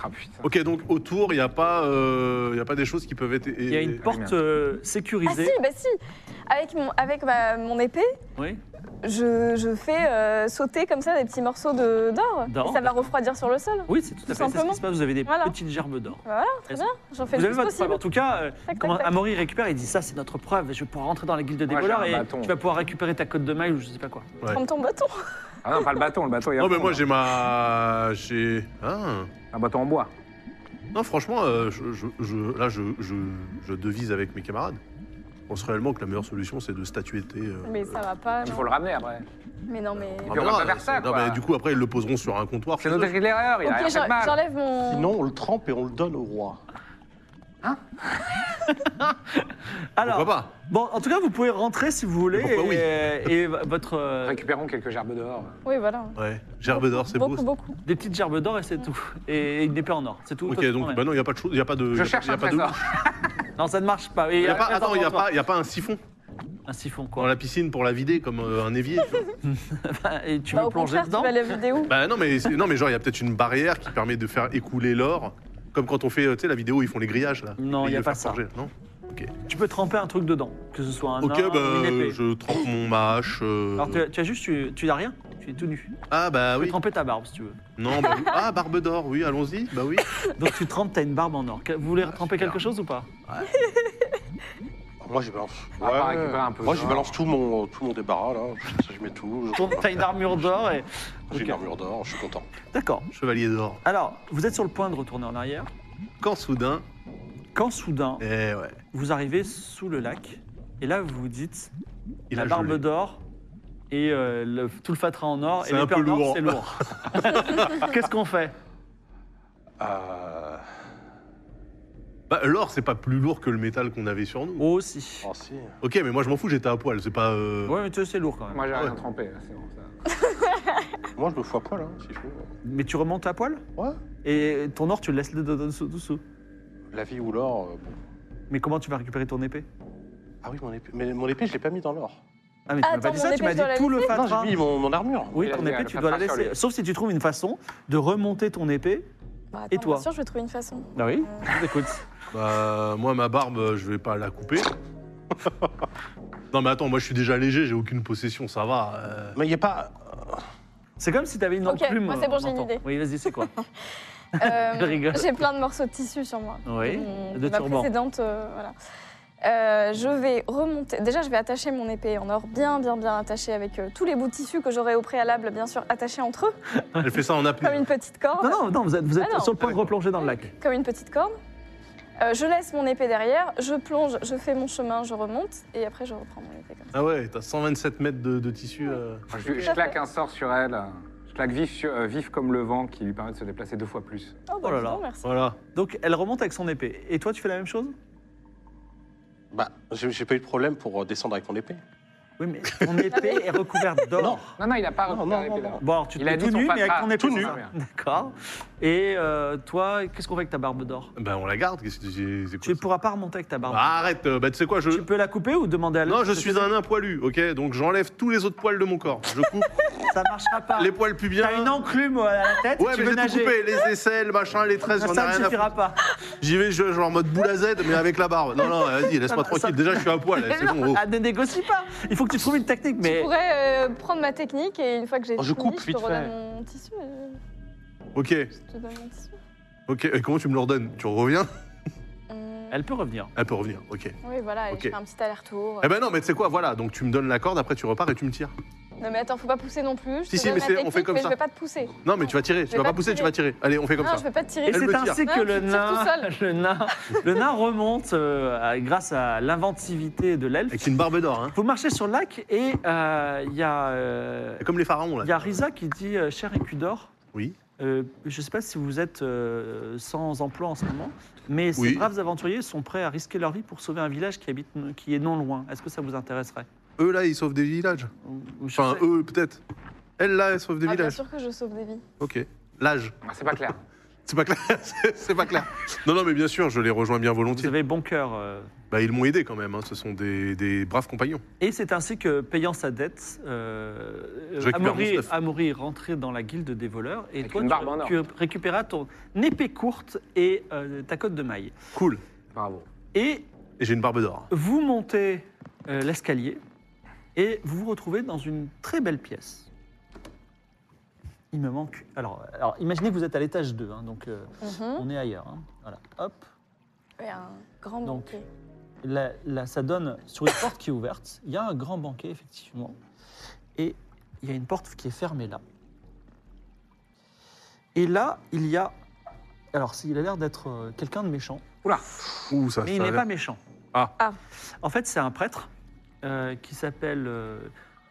S5: Ah putain.
S3: Ok, donc autour, il n'y a, pas, euh, y a pas des choses qui peuvent être.
S1: Il y a une porte euh,
S2: Ah si,
S1: sécurisée.
S2: bah si Avec mon, avec ma, mon épée,
S1: Oui.
S2: je, je fais euh, sauter comme ça des petits morceaux de- d'or.
S1: D'or,
S2: Et ça va
S1: d'accord.
S2: refroidir sur le sol.
S1: Oui, c'est tout à fait. C'est ce
S2: simplement.
S1: qui se passe. Vous avez des
S2: Voilà.
S1: petites gerbes d'or.
S2: Voilà, très bien. J'en fais
S1: Vous
S2: le
S1: avez
S2: plus
S1: votre preuve.
S2: possible.
S1: En tout cas, euh,
S2: tac,
S1: comment
S2: tac.
S1: Amaury récupère, il dit ça, c'est notre preuve. Je vais pouvoir rentrer dans la guilde des
S5: Moi, j'ai
S1: voleurs
S5: un
S1: et
S5: bâton.
S1: tu vas pouvoir récupérer ta cote de maille ou je sais pas quoi.
S3: Ouais.
S2: Prends ton bâton.
S5: Ah non, pas le bâton, le bâton, il y a
S3: Non,
S5: le
S3: mais
S5: fond,
S3: moi
S5: là.
S3: j'ai ma. J'ai. Ah.
S5: Un bâton en bois.
S3: Non, franchement, euh, je, je- je- là, je, je, je devise avec mes camarades. Je pense réellement que la meilleure solution, c'est de statuetter. euh,
S2: Mais ça va pas.
S5: Il
S2: non.
S5: faut le ramener après.
S2: Mais non, mais.
S1: bah
S3: ah,
S5: puis on
S3: mais là,
S5: va pas faire ça,
S3: c'est- non,
S5: quoi.
S3: mais du coup, après, ils le poseront sur un comptoir.
S5: C'est
S3: chez
S5: notre
S3: eux.
S5: erreur, il a
S2: Ok,
S5: rien fait de
S2: j'en-
S5: mal.
S2: j'enlève mon.
S4: Sinon, on le trempe et on le donne au roi.
S1: Alors,
S3: Pourquoi pas
S1: bon, en tout cas, vous pouvez rentrer si vous voulez.
S3: Mais pourquoi
S1: et, et votre euh,
S5: Récupérons quelques gerbes dehors.
S2: Oui, voilà.
S3: Ouais. Gerbe d'or, c'est beau.
S2: Beaucoup, beaucoup.
S1: des petites gerbes d'or et c'est tout. Et une épée en or, c'est tout.
S3: Ok,
S1: Toi, tu prends
S3: donc,
S1: rien.
S3: bah non, il n'y a pas de chose. Il n'y a pas de.
S5: Je
S3: y a-
S5: cherche
S3: y a
S5: un
S3: pas de
S5: trésor.
S3: louche.
S1: non, ça ne marche pas. Et
S3: Y a pas-
S1: après,
S3: Attends, il n'y a,
S1: attends,
S3: pas- y a pas un siphon
S1: un siphon
S3: dans
S1: quoi.
S3: la piscine pour la vider comme euh, un évier tu vois
S1: Et tu
S2: Bah,
S1: veux
S2: au
S1: plonger
S2: contraire,
S1: dedans
S2: tu vas la vidéo.
S3: Bah non mais, c'est- non, mais genre, il y a peut-être une barrière qui permet de faire écouler l'or. Comme quand on fait, euh, tu sais, la vidéo où ils font les grillages, là.
S1: Non,
S3: Et
S1: y a
S3: le
S1: pas
S3: faire
S1: ça.
S3: forger, non
S1: Tu peux tremper un truc dedans, que ce soit un
S3: Ok,
S1: nain ou une
S3: bah,
S1: épée.
S3: je trempe mon mâche. euh,
S1: Alors tu, as- tu as juste, tu, tu n'as rien, tu es tout nu.
S3: Ah bah
S1: Tu peux
S3: oui.
S1: tremper ta barbe si tu veux.
S3: Non, bah oui. Ah, barbe d'or, oui, allons-y. Bah oui.
S1: Donc tu trempes, t'as une barbe en or. Que- Vous voulez tremper
S3: Ah, super.
S1: quelque chose ou pas
S4: Moi, je balance.
S5: On va pas récupérer Ah, un peu
S4: Moi, je
S5: d'or.
S4: balance tout mon, tout mon débarras, là. Je, je mets tout. Je-
S1: T'as une armure d'or et.
S4: J'ai une
S1: Ok.
S4: armure d'or, je suis content.
S1: D'accord.
S3: Chevalier d'or.
S1: Alors, vous êtes sur le point de retourner en arrière,
S3: Quand soudain.
S1: quand soudain,
S3: Eh ouais.
S1: vous arrivez sous le lac, et là vous vous dites,
S3: Il
S1: la
S3: a
S1: barbe
S3: gelé.
S1: d'or et euh, le- tout le fatras en or, et
S3: C'est un
S1: l'épée
S3: peu
S1: en or,
S3: lourd.
S1: c'est lourd. Qu'est-ce qu'on fait
S4: Euh.
S3: Bah, l'or, c'est pas plus lourd que le métal qu'on avait sur nous.
S1: Oh si.
S4: Oh, si.
S3: Ok, mais moi, je m'en fous, j'étais à poil. C'est pas. euh,
S1: Ouais, mais tu sais, c'est lourd quand même.
S5: Moi, j'ai rien
S3: Ouais.
S5: trempé, c'est bon ça.
S4: Moi, je me fous à poil, hein, si je veux.
S1: Mais tu remontes à poil
S4: Ouais.
S1: Et ton or, tu le laisses le dessous, dessous.
S4: La vie ou l'or. euh, bon.
S1: Mais comment tu vas récupérer ton épée
S4: Ah oui, mon épée. Mais mon épée, je l'ai pas mis dans l'or.
S1: Ah, mais tu m'as
S2: Attends,
S1: pas dit
S2: mon
S1: ça, tu
S2: épée,
S1: m'as
S2: je
S1: dit
S2: dois la
S1: tout le
S4: Non,
S1: fatras.
S4: j'ai mis mon, mon armure.
S1: Oui,
S5: Il a
S1: ton
S5: dit,
S1: épée,
S5: le
S1: tu dois la
S5: fatras sur
S1: laisser.
S5: lui.
S1: Sauf si tu trouves une façon de remonter ton épée.
S2: Bah, attends,
S1: Et toi
S2: Bien sûr, je vais trouver une façon.
S1: Ah oui
S2: Euh,
S1: Écoute.
S3: Bah, moi, ma barbe, euh, je vais pas la couper. non, mais attends, moi, je suis déjà léger, j'ai aucune possession, ça va. euh.
S4: Mais il n'y a pas.
S1: C'est comme si t'avais une
S2: Ok,
S1: enclume.
S2: moi, c'est bon, j'ai une
S1: Nathan.
S2: idée.
S1: Oui, vas-y, c'est quoi
S2: euh,
S1: Je rigole.
S2: J'ai plein de morceaux de tissu sur moi.
S1: Oui,
S2: De, mon-
S1: de
S2: de Hmm, ma
S1: turban.
S2: précédente, euh, voilà. Euh, je vais remonter. Déjà, je vais attacher mon épée en or bien, bien, bien attachée avec euh, tous les bouts de tissu que j'aurais au préalable, bien sûr, attachés entre eux,
S3: Elle fait ça en apnée.
S2: comme une petite corde.
S1: Non, non, non, vous êtes, vous êtes
S2: Ah non.
S1: sur le point de replonger dans le lac.
S2: comme une petite corde. Euh, je laisse mon épée derrière, je plonge, je fais mon chemin, je remonte et après je reprends mon épée. Comme ça.
S3: Ah ouais, t'as 127 mètres de, de tissu. euh.
S5: Je, je claque un sort sur elle. euh, Je claque vif, sur- euh, vif comme le vent qui lui permet de se déplacer deux fois plus.
S2: Oh,
S3: bah,
S1: Oh là
S2: dis
S1: là.
S2: donc, merci.
S3: Voilà.
S1: Donc elle remonte avec son épée. Et toi, tu fais la même chose
S4: Bah, j'ai j'ai pas eu de problème pour euh, descendre avec mon épée.
S1: Oui, mais ton
S2: Ah
S1: épée est recouverte d'or.
S5: Non, non, il n'a pas
S4: Non,
S5: récupéré
S4: non,
S5: l'épée
S4: non,
S5: là.
S1: Bon, alors tu te
S5: Il a
S1: mets
S5: dit
S1: tout
S5: son
S1: nu, mais avec
S5: fatras,
S1: ton épée.
S5: tout nu.
S1: D'accord. Et euh, toi, qu'est-ce qu'on fait avec ta barbe d'or
S3: Ben, on la garde, qu'est-ce que j'ai- c'est
S1: Tu
S3: quoi
S1: ne
S3: ça
S1: pourras pas remonter avec ta barbe.
S3: Bah, arrête, euh, bah tu sais quoi, je.
S1: Tu peux la couper ou demander à l'autre
S3: Non, je
S1: de
S3: suis
S1: couper
S3: un nain poilu, ok Donc j'enlève tous les autres poils de mon corps. Je coupe
S1: Ça marchera pas.
S3: les poils pubiens.
S1: T'as une enclume euh, à la tête,
S3: Ouais,
S1: tu
S3: mais
S1: veux
S3: j'ai tout
S1: nager. Ah,
S3: coupé, les aisselles, machin, les tresses,
S1: ça
S3: j'en ai
S1: ne
S3: rien à foutre.
S1: suffira pas.
S3: J'y vais, je, genre en mode boule à Z, mais avec la barbe. Non, non, vas-y, laisse-moi
S1: Ça- ça-
S3: tranquille. Déjà, je suis à poil,
S1: Mais
S3: c'est
S1: non,
S3: bon. oh.
S1: ah, ne négocie pas. Il faut que tu trouves une technique.
S2: Je
S1: Mais
S2: pourrais euh, prendre ma technique et une fois que j'ai
S4: Oh, je
S2: fini,
S4: coupe
S2: je te
S4: vite
S2: redonne
S4: fait.
S2: mon tissu. euh,
S3: Ok,
S2: Je te donne mon tissu.
S3: ok, et comment tu me le redonnes Tu reviens
S2: Hum,
S1: elle peut revenir.
S3: Elle peut revenir, ok.
S2: Oui, voilà, et
S3: Ok.
S2: je fais un petit aller-retour.
S3: Eh ben non, mais tu sais quoi, voilà, donc tu me donnes la corde, après tu repars et tu me tires.
S2: Non, mais attends, faut pas pousser non plus. Je
S3: ben- Si,
S2: te
S3: si,
S2: donne
S3: mais
S2: ma
S3: c'est- on fait
S2: technique,
S3: comme
S2: mais
S3: ça.
S2: je vais pas te pousser.
S3: Non, mais tu vas tirer,
S2: Je
S3: tu
S2: vais
S3: vas
S2: pas
S3: pas pousser, tu
S2: tirer.
S3: vas tirer. Allez, on fait comme
S2: non,
S3: ça.
S2: je vais pas te tirer.
S1: Et c'est
S3: me tire.
S1: ainsi
S2: Non,
S1: que
S2: Ah, tu
S1: le
S2: tires
S1: nain,
S2: tout seul.
S1: le nain, le nain remonte euh, à- grâce à l'inventivité de l'elfe.
S3: Avec une barbe d'or, hein.
S1: Vous marchez sur le lac et euh, il y a euh,
S3: Comme les pharaons, là.
S1: il y a Risa qui dit euh, cher Écudor.
S3: Oui.
S1: euh, je ne sais pas si vous êtes euh, sans emploi en ce moment, mais ces
S3: Oui.
S1: braves aventuriers sont prêts à risquer leur vie pour sauver un village qui, habite, qui est non loin. Est-ce que ça vous intéresserait
S3: Eux, là, ils sauvent des villages.
S1: Je
S3: Enfin,
S1: sais-
S3: eux, peut-être. Elle, là, elle sauve des
S2: Ah, bien
S3: villages.
S2: sûr que je sauve des vies.
S3: Ok. L'âge.
S5: Ah, C'est pas clair.
S3: C'est pas clair. C'est- C'est pas clair. Non, non, mais bien sûr, je les rejoins bien
S1: Vous
S3: volontiers.
S1: avez bon cœur. euh.
S3: Bah, ils m'ont aidé quand même. hein. Ce sont des, des braves compagnons.
S1: Et c'est ainsi que, payant sa dette, euh,
S3: Je récupère mon
S1: Amaury,
S3: stuff.
S1: Amaury est rentré dans la guilde des voleurs. Et
S5: Avec
S1: toi,
S5: une barbe en or.
S1: tu, tu récupéras ton épée courte et euh, ta cotte de maille.
S3: Cool.
S5: Bravo.
S1: Et
S3: Et j'ai une barbe d'or.
S1: vous montez euh, l'escalier et vous vous retrouvez dans une très belle pièce. Il me manque. Alors, alors imaginez que vous êtes à l'étage 2, hein, donc euh,
S2: Mhm.
S1: on est ailleurs. hein. Voilà, hop.
S2: Et un grand
S1: Donc,
S2: banquet.
S1: Là, là, ça donne sur une porte qui est ouverte. Il y a un grand banquet, effectivement. Et il y a une porte qui est fermée là. Et là, il y a. Alors, il a l'air d'être euh, quelqu'un de méchant,
S3: Ouh, ça,
S1: mais il
S3: ça a
S1: n'est
S3: l'air-
S1: pas méchant.
S3: Ah.
S2: Ah.
S1: En fait, c'est un prêtre euh, qui s'appelle. euh,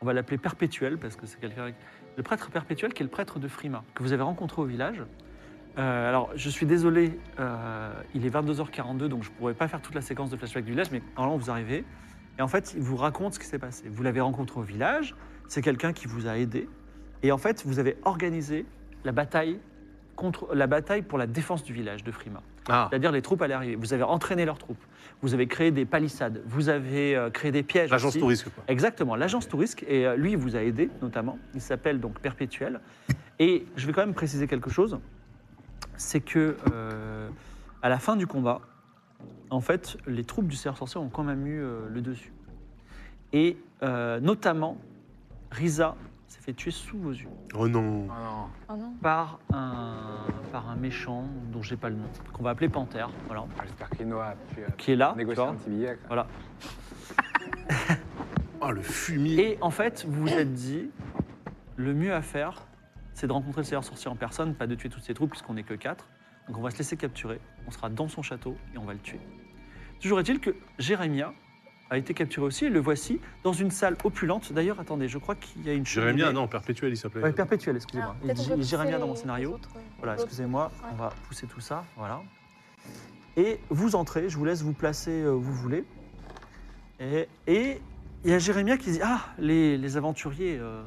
S1: on va l'appeler Perpétuel, parce que c'est quelqu'un. Le prêtre Perpétuel, qui est le prêtre de Frima, que vous avez rencontré au village. Euh, alors, je suis désolé, euh, il est 22h42, donc je ne pourrais pas faire toute la séquence de flashback du village, mais normalement, vous arrivez. Et en fait, il vous raconte ce qui s'est passé. Vous l'avez rencontré au village, c'est quelqu'un qui vous a aidé. Et en fait, vous avez organisé la bataille, contre, la bataille pour la défense du village de Frima.
S3: Ah.
S1: C'est-à-dire les troupes allaient arriver. Vous avez entraîné leurs troupes. Vous avez créé des palissades. Vous avez euh, créé des pièges.
S3: L'agence
S1: aussi.
S3: touriste, quoi.
S1: Exactement, l'agence Tourisque, et euh, lui, il vous a aidé notamment. Il s'appelle donc Perpétuel. Et je vais quand même préciser quelque chose c'est que euh, à la fin du combat, en fait, les troupes du Seigneur Sorcier ont quand même eu euh, le dessus. Et euh, notamment, Risa s'est fait tuer sous vos yeux
S3: Oh non.
S5: Oh non.
S2: Oh non.
S1: par un, par un méchant dont j'ai pas le nom, qu'on va appeler Panthère, voilà,
S5: Ah, J'espère que Noah a pu euh,
S1: qui est là. tu
S5: négocier
S1: vois.
S5: un petit billet. quoi.
S1: Voilà.
S3: Ah, le fumier.
S1: Et en fait, vous vous êtes dit, le mieux à faire, c'est de rencontrer le Seigneur Sorcier en personne, pas de tuer toutes ses troupes puisqu'on n'est que quatre. Donc on va se laisser capturer, on sera dans son château et on va le tuer. Toujours est-il que Jérémia a été capturé aussi et le voici dans une salle opulente. D'ailleurs, attendez, je crois qu'il y a une
S3: Jérémia,
S1: cheminée-
S3: non, perpétuel, il s'appelait.
S1: Ouais, perpétuelle,
S2: Alors,
S1: excusez-moi. Il
S2: Ah, peut-être
S1: dit
S2: on peut
S1: Jérémia
S2: pousser
S1: dans mon
S2: les- les
S1: scénario.
S2: autres, euh,
S1: Voilà,
S2: l'autre.
S1: excusez-moi,
S2: Ouais.
S1: on va pousser tout ça, voilà. Et vous entrez, je vous laisse vous placer euh, où vous voulez. Et et il y a Jérémia qui dit Ah, les, les aventuriers, euh,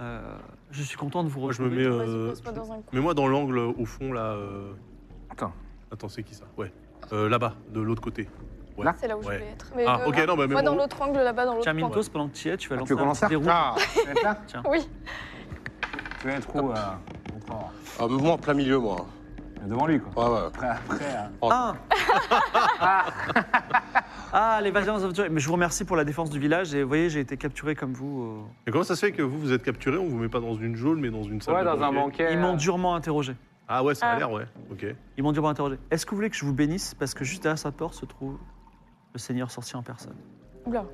S1: euh, je suis content de vous
S3: Moi, je
S1: retrouver.
S3: me mets.
S2: Vas-y,
S3: euh,
S2: pose-moi dans un coin.
S3: Mets-moi dans l'angle euh, au fond, là. euh,
S5: Attends.
S3: Attends, c'est qui ça Ouais. Euh, Là-bas, de l'autre côté.
S2: C'est là où je
S3: Ouais.
S2: voulais être. Mais
S3: Ah,
S2: euh,
S3: ok,
S2: là,
S3: non, bah,
S2: Moi,
S3: mets-moi
S2: dans
S3: où
S2: l'autre angle, là-bas,
S3: euh,
S2: dans l'autre
S1: Tiens,
S2: angle.
S1: Mintos, pendant que tu y es, tu vas
S5: Ah,
S1: lancer
S5: tu veux
S1: un
S5: qu'on en
S1: petit
S5: sorte
S1: déroule.
S4: Ah,
S5: Tu vas être là
S2: Oui.
S5: Tu vas être où euh, encore
S4: ah, moi en plein milieu, moi.
S5: Devant lui, quoi.
S4: Ouais, ouais.
S5: Après, après, euh,
S1: Un. ah, l'évasion des aventuriers. Mais je vous remercie pour la défense du village. Et vous voyez, j'ai été capturé comme vous. euh.
S3: Et comment ça se fait que vous, vous êtes capturé On vous met pas dans une geôle, mais dans une salle.
S5: Ouais,
S3: de
S5: dans un banquet.
S1: Ils m'ont
S5: euh,
S1: durement interrogé.
S3: Ah, ouais, ça a
S2: Ah.
S3: l'air, ouais. Ok.
S1: Ils m'ont durement interrogé. Est-ce que vous voulez que je vous bénisse Parce que juste derrière sa porte se trouve le Seigneur sorcier en personne.
S2: Oula.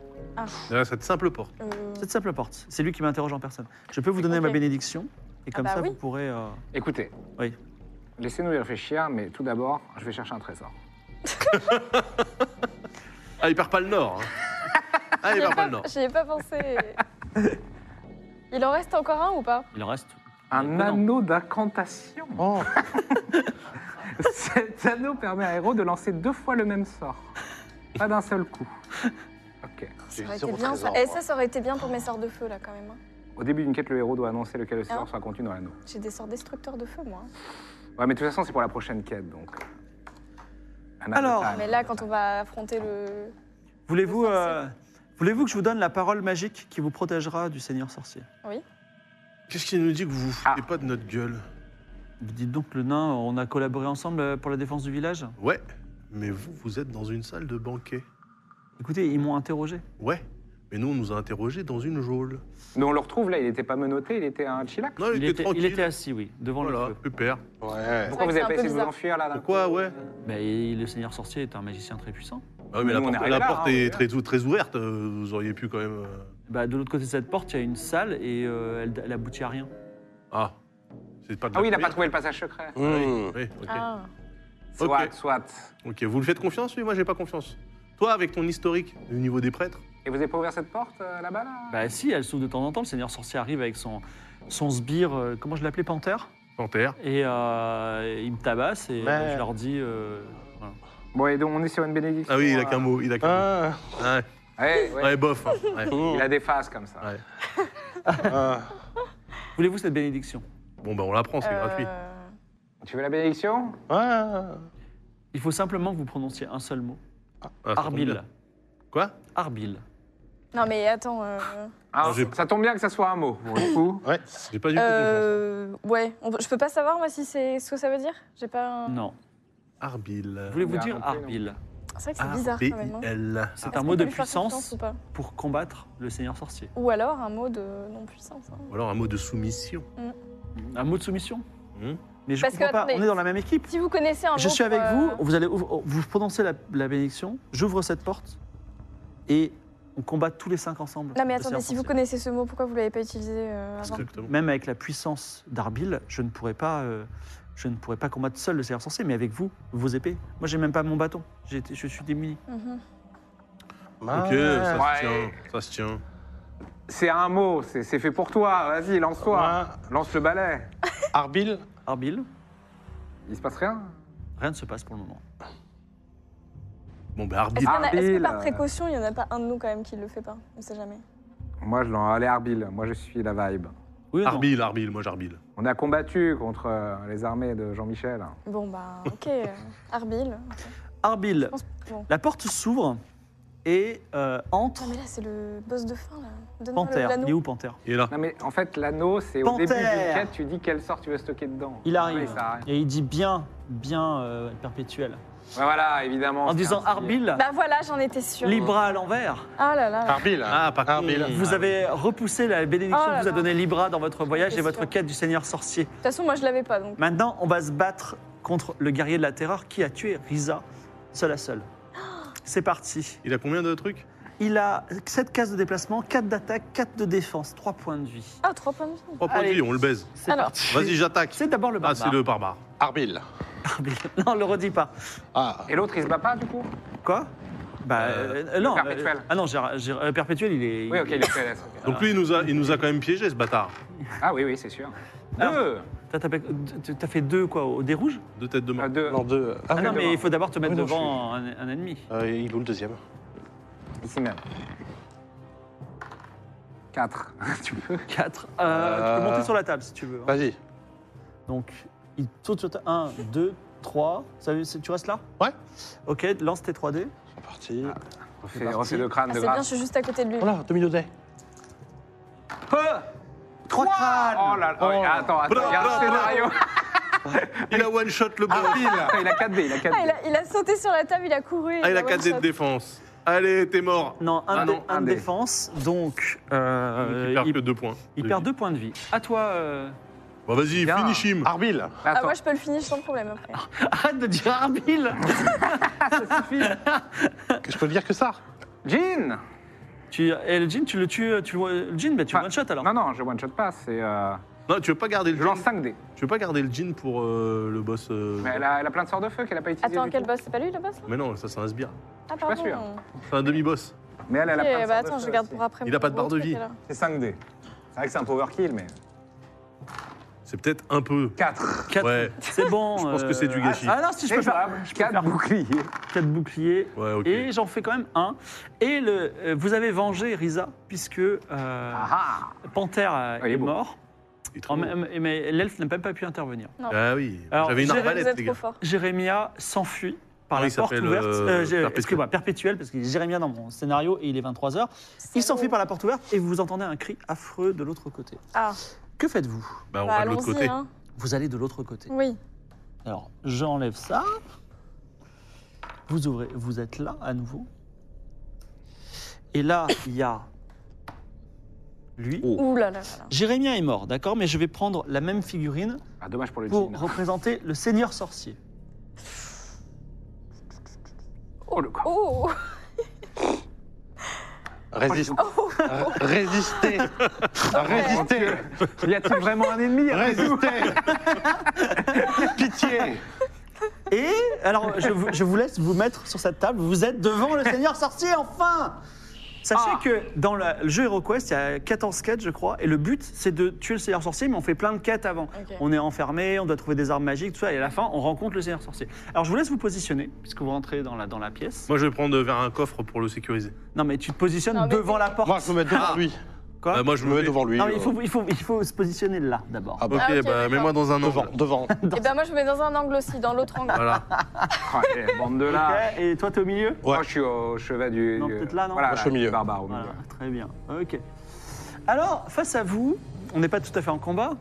S3: Derrière cette simple porte.
S2: Euh,
S1: Cette simple porte. C'est lui qui m'interroge en personne. Je peux vous donner
S2: Ok.
S1: ma bénédiction et comme
S2: bah
S1: ça
S2: oui.
S1: vous pourrez. euh,
S5: Écoutez.
S1: Oui.
S5: Laissez-nous y réfléchir, mais tout d'abord, je vais chercher un trésor.
S3: Ah, il perd pas le nord. Hein. ah, il
S2: J'y ai
S3: perd pas
S2: pas,
S3: le nord.
S2: j'y ai pas pensé. Il en reste encore un ou pas
S1: Il reste.
S5: Un
S1: Ah non. Oh.
S5: anneau d'incantation. Cet anneau permet à un héros de lancer deux fois le même sort. Pas d'un seul coup. Ok.
S4: J'ai
S2: Ça aurait
S4: zéro
S2: été bien, ça.
S4: trésor,
S2: Et
S4: moi.
S2: ça, ça aurait été bien pour mes sorts de feu, là, quand même. hein.
S5: Au début d'une quête, le héros doit annoncer lequel sort
S2: Hein
S5: sera contenu dans l'anneau.
S2: J'ai des sorts destructeurs de feu, moi.
S5: Ouais, mais de toute façon, c'est pour la prochaine quête, donc. euh, Un
S1: Alors-
S5: avatar.
S2: Mais là, quand on va affronter le.
S1: Voulez-vous
S2: Le sorcier.
S1: euh, voulez-vous que je vous donne la parole magique qui vous protégera du Seigneur sorcier
S3: Qu'est-ce qu'il nous dit que vous vous foutez
S5: Ah.
S3: pas de notre gueule
S1: Vous dites donc le nain, on a collaboré ensemble euh, pour la défense du village.
S3: Ouais, mais vous, vous êtes dans une salle de banquet.
S1: Écoutez, ils m'ont interrogé.
S3: Ouais, mais nous, on nous a interrogés dans une geôle.
S5: Mais on le retrouve là, il n'était pas menotté, il était un chillac.
S3: Non, Ah,
S1: Il
S3: il, était,
S1: était, il
S3: tranquille.
S1: était assis, oui, devant
S3: Voilà,
S1: le feu.
S3: super.
S4: Ouais.
S5: Pourquoi
S2: Ouais,
S5: vous
S2: c'est
S5: avez
S2: un
S5: pas
S2: peu
S5: essayé de vous
S2: bizarre.
S5: enfuir là, là
S3: Pourquoi, ouais
S1: Mais il- Bah, le Seigneur sorcier est un magicien très puissant.
S3: Ah oui, mais
S5: Nous,
S3: la
S5: on est
S3: porte,
S5: arrivé
S3: la
S5: là,
S3: porte
S5: hein,
S3: est
S5: on est
S3: très, très ouverte. euh, Vous auriez pu quand même. euh,
S1: Bah, de l'autre côté de cette porte, il y a une salle et euh, elle, elle aboutit à rien.
S3: Ah, c'est pas de
S5: Ah oui, il n'a pas
S3: la
S5: trouvé le passage secret.
S4: Mmh.
S3: Oui, ok.
S2: Ah.
S5: Soit,
S3: Ok.
S5: soit.
S3: Ok, vous le faites confiance Oui, moi j'ai pas confiance. Toi, avec ton historique au niveau des prêtres,
S5: Et vous avez pas ouvert cette porte euh, là-bas là
S1: Bah si, elle s'ouvre de temps en temps. Le Seigneur sorcier arrive avec son, son sbire, euh, comment je l'appelais, panthère
S3: panthère.
S1: Et euh, il me tabasse et
S4: Mais-
S1: je leur dis. euh, voilà.
S5: Bon, et donc on est sur une bénédiction.
S3: Ah oui, il a
S5: euh,
S3: qu'un mot, il a qu'un
S4: Ah,
S3: mot. Ouais,
S5: Ouais, ouais.
S3: ouais, bof. hein, ouais.
S4: mmh.
S5: Il a des faces comme ça.
S3: Ouais.
S4: Ah.
S1: Voulez-vous cette bénédiction
S3: Bon, bah on la prend, c'est
S2: Euh,
S3: gratuit.
S5: Tu veux la bénédiction
S4: Ah,
S1: Il faut simplement que vous prononciez un seul mot.
S3: Ah, ça tombe
S1: Arbil.
S3: bien. Quoi
S1: Arbil.
S2: Non, mais attends. euh,
S5: Alors,
S3: j'ai-
S5: Hein Ça tombe bien que ça soit un mot, pour le coup.
S4: ouais.
S3: J'ai pas du tout confiance.
S2: euh, ouais, on peut- je peux pas savoir moi si c'est ce que ça veut dire J'ai pas. un-
S1: Non.
S3: Arbil.
S1: Voulez-vous
S5: Il a
S1: dire
S5: un nom,
S1: Arbil
S2: C'est vrai que
S3: Ah,
S2: c'est bizarre quand même. hein.
S3: A-B-I-L.
S1: C'est
S2: Est-ce
S1: un
S2: qu'on
S1: mot
S2: peut
S1: de
S2: lui faire confiance
S1: puissance
S2: ou pas
S1: pour combattre le seigneur sorcier.
S2: Ou alors un mot de non-puissance. hein.
S3: Ou alors un mot de soumission.
S1: Un mot de soumission
S3: Hmm.
S1: Mais je
S2: Parce
S1: comprends
S2: que,
S1: pas, on
S2: attendez.
S1: est dans la même équipe.
S2: Si vous connaissez un
S1: Je
S2: mot
S1: suis
S2: pour,
S1: avec
S2: euh,
S1: vous, vous allez ouvre- oh, vous prononcez la, la bénédiction, j'ouvre cette porte et on combat tous les cinq ensemble.
S2: Non mais
S1: Le
S2: attendez,
S1: seigneur
S2: si vous
S1: sorcier.
S2: connaissez ce mot, pourquoi vous l'avez pas utilisé euh, avant
S3: Exactement.
S1: Même avec la puissance d'Arbil, je ne pourrais pas, euh, je ne pourrais pas combattre seul le seigneur sorcier, mais avec vous, vos épées. Moi, j'ai même pas mon bâton. J'ai été- je suis démuni.
S2: Mhm.
S3: Ok, ça
S5: Ouais.
S3: se tient. Ça se tient.
S5: C'est un mot, c'est c'est fait pour toi. Vas-y, lance-toi.
S4: Ouais.
S5: Lance le balai.
S4: Arbil,
S1: Arbil,
S5: Il se passe rien.
S1: rien ne se passe pour le moment.
S3: Bon, bah Arbil.
S2: Est-ce qu'on a- est-ce que
S5: Arbil,
S2: par
S5: euh,
S2: précaution, il y en a pas un de nous quand même qui le fait pas On sait jamais.
S5: Moi, je l'en allais Arbil. Moi, je suis la vibe.
S1: Oui ou non
S3: Arbil, Arbil, moi j'arbil.
S5: On a combattu contre euh, les armées de Jean-Michel.
S2: Bon bah ok, euh, Arbil.
S1: Arbil,
S2: pense- bon.
S1: la porte s'ouvre et euh, entre
S2: Non mais là c'est le boss de fin là. Donne-moi le-
S1: Panthère.
S2: l'anneau.
S1: Il est où Panthère
S3: Il est là.
S5: Non, mais en fait, l'anneau, c'est au
S1: Panthère.
S5: début d'une quête, tu dis quel sort tu veux stocker dedans.
S1: Il
S5: Oui,
S1: arrive
S5: ça arrive.
S1: et il dit bien, bien euh, perpétuel.
S5: Ouais, voilà, évidemment.
S1: En
S5: c'est un
S1: disant
S5: petit-
S1: Arbil,
S2: Bah voilà, j'en étais sûre.
S1: les bras à l'envers.
S2: Ah là là.
S4: Arbil.
S3: Ah, par
S4: Arbil.
S3: contre.
S1: Vous
S3: Ah,
S1: avez repoussé la bénédiction
S2: Oh là
S1: que vous a
S2: là.
S1: donnée Libra dans votre voyage et
S2: J'étais
S1: votre
S2: sûre.
S1: quête du Seigneur sorcier.
S2: De toute façon, moi je l'avais pas donc.
S1: Maintenant, on va se battre contre le guerrier de la terreur qui a tué Risa, seul à seul. C'est parti.
S3: Il a combien de trucs
S1: Il a 7 cases de déplacement, 4 d'attaque, 4 de défense, 3 points de vie.
S2: Ah, trois points de vie.
S3: Trois points de
S1: Allez.
S3: vie, on le baise.
S1: C'est
S2: Alors.
S1: parti.
S3: Vas-y, j'attaque.
S1: C'est d'abord le
S3: Ah,
S1: barbare.
S3: c'est le barbare.
S4: Arbil.
S1: non, le redis pas.
S4: Ah,
S5: Et l'autre, il se bat pas, du coup
S1: Quoi Bah euh, euh, non.
S5: Perpétuel.
S1: euh, ah non, j'ai- j'ai- euh, perpétuel, il est.
S5: Oui, ok, il est PLS.
S3: Donc lui, il nous, a, il nous a quand même piégé, ce bâtard.
S5: Ah oui, oui, c'est sûr.
S1: Alors-
S5: Deux
S1: T'as tapé- t- T'as fait deux quoi au dé rouge
S3: Deux têtes de
S5: Euh,
S3: mort.
S5: Deux.
S4: non, deux. Ah,
S1: Ah
S4: oui,
S1: non, mais il faut d'abord te mettre
S4: Oui, non,
S1: devant un, un ennemi.
S4: euh, il est où le deuxième
S5: Ici même. Quatre. tu peux
S1: 4. Tu
S4: Euh,
S1: peux monter sur la table si tu veux. hein.
S4: Vas-y.
S1: Donc, il saute sur ta... 1, 2, 3. tu restes là
S4: Ouais.
S1: Ok, lance tes 3D.
S4: C'est parti.
S5: C'est refait le crâne
S2: Ah,
S5: de
S2: c'est bien, je
S5: grâce.
S2: suis juste à côté de lui.
S3: Oh
S4: Voilà, demi dé.
S5: Peu
S1: 3 crânes
S5: Oh là là oh, oui, Attends, attends, il y
S3: Bra-
S5: a un
S3: bra-
S5: scénario
S3: Il a one-shot le bon.
S5: Arbil Ah, Il a 4D, il a 4D.
S2: Ah, il a, il a sauté sur la table, il a couru. et
S3: Ah, il a
S2: one
S3: 4 dés
S2: shot.
S3: de défense. Allez, t'es mort.
S1: Non, un,
S5: Ah
S1: dé-
S5: non,
S1: un
S5: un
S1: de
S5: dé.
S1: défense. Donc, euh,
S3: Donc, il perd
S1: il,
S3: que 2 points.
S1: il perd 2 points de vie. À toi. euh,
S3: Bah vas-y,
S5: Bien.
S3: finish him.
S4: Arbil.
S2: Ah,
S5: Attends,
S2: moi je peux le finir sans problème après.
S3: Ah,
S1: Arrête de dire Arbil
S5: ça suffit.
S4: Que je peux dire que ça
S5: Jean
S1: tu, Et le jean, tu le tues. Tu, le le jean, bah, tu
S5: Enfin,
S1: one shot alors.
S5: Non, non, je one-shot pas, c'est... euh,
S3: Non, tu veux pas garder le
S5: Je lance
S3: jean
S5: 5D.
S3: Tu veux pas garder le jean pour euh, le boss euh,
S5: Mais elle a, elle a plein de sorts de feu qu'elle a pas utilisé
S2: Attends,
S5: du
S2: quel
S5: tout.
S2: boss C'est pas lui le boss là
S3: Mais non, ça c'est un sbire.
S2: Ah, pardon.
S5: sûr.
S3: C'est un demi-boss.
S5: Mais elle, elle a
S2: Ok,
S5: plein de
S2: bah
S5: sorts de
S2: attends,
S5: feu
S2: je garde
S5: aussi.
S2: pour après.
S3: Il
S2: mon
S3: a pas de
S2: gros
S3: barre de
S2: truc,
S3: vie.
S2: alors.
S5: C'est 5D. C'est vrai que c'est un power kill, mais...
S3: C'est peut-être un peu.
S5: 4.
S1: Quatre-
S3: Ouais.
S1: C'est bon.
S3: Je pense que c'est du gâchis.
S1: Ah non, si je peux faire
S5: 4 boucliers.
S1: 4 boucliers.
S3: Ouais, ok.
S1: Et j'en fais quand même un. Et le, euh, vous avez vengé Risa, puisque euh,
S5: Ah
S1: Panthère euh,
S5: Ah, il
S1: est,
S5: est beau.
S1: mort.
S3: Il est trop
S1: En
S3: beau.
S1: même- mais l'elfe n'a même pas pu intervenir.
S3: Ah oui,
S1: Alors,
S3: j'avais
S1: Jérémy,
S3: une
S2: Vous êtes
S3: arbalète, les
S2: trop
S3: gars.
S2: fort.
S1: Jérémia s'enfuit par
S3: Comment
S1: la
S3: il
S1: porte
S3: s'appelle,
S1: ouverte.
S3: euh,
S1: Euh, j'ai-
S3: Perpétuel.
S1: Excuse-moi, perpétuel, parce que Jérémia dans mon scénario et il est 23h. Il s'enfuit
S2: Bah,
S1: par la porte ouverte et vous entendez un cri affreux de l'autre côté.
S2: Ah,
S1: Que faites-vous
S3: Bah, on
S2: bah
S3: va de l'autre
S2: allons-y.
S3: côté.
S2: hein.
S1: Vous allez de l'autre côté.
S2: Oui.
S1: Alors, j'enlève ça. Vous ouvrez, vous êtes là à nouveau. Et là, il y a lui.
S3: Oh.
S2: Ouh là là là là.
S1: Jérémia est mort, d'accord, mais je vais prendre la même figurine
S5: Ah, dommage pour le
S1: pour
S5: jean.
S1: représenter le seigneur sorcier.
S5: Oh, le corps.
S2: Oh
S4: Résiste. R- Résistez.
S5: Ah,
S4: Résistez.
S5: Y a-t-il vraiment un ennemi
S4: Résistez. Pitié.
S1: Et alors, je vous, je vous laisse vous mettre sur cette table. Vous êtes devant le Seigneur sorcier, enfin Sachez
S5: Ah.
S1: que dans la- le jeu HeroQuest, il y a 14 quêtes, je crois, et le but, c'est de tuer le Seigneur sorcier, mais on fait plein de quêtes avant.
S2: Ok.
S1: On est enfermé, on doit trouver des armes magiques, tout ça, et à la fin, on rencontre le Seigneur sorcier. Alors, je vous laisse vous positionner, puisque vous rentrez dans la, dans la pièce.
S2: hein.
S3: Moi, je vais prendre vers un euh, coffre pour le sécuriser.
S1: Non, mais tu te positionnes
S2: Non, mais
S1: devant
S2: c'est-
S1: la porte.
S4: Moi, je me mets devant lui.
S1: Quoi
S3: Bah, moi, je
S4: Je
S3: me
S4: me mets
S3: mets-
S4: devant lui.
S1: Non, mais il
S4: euh,
S1: faut, il, faut, il faut se positionner là d'abord.
S4: Ah
S3: Ok,
S4: bah,
S2: Ah, ok,
S3: bah
S2: d'accord.
S3: mets-moi dans un
S4: devant,
S3: angle.
S4: devant.
S2: Et ben moi je me mets dans un angle aussi, dans l'autre angle.
S3: Voilà.
S5: Oh, eh, bande de là.
S1: Ok, et toi, t'es au milieu
S5: Moi, je suis au chevet du.
S1: Non,
S5: du-
S1: peut-être là, non
S5: Voilà,
S4: Moi, je suis au milieu.
S5: Barbare au milieu.
S1: Voilà, très bien. Ok. Alors, face à vous, on n'est pas tout à fait en combat.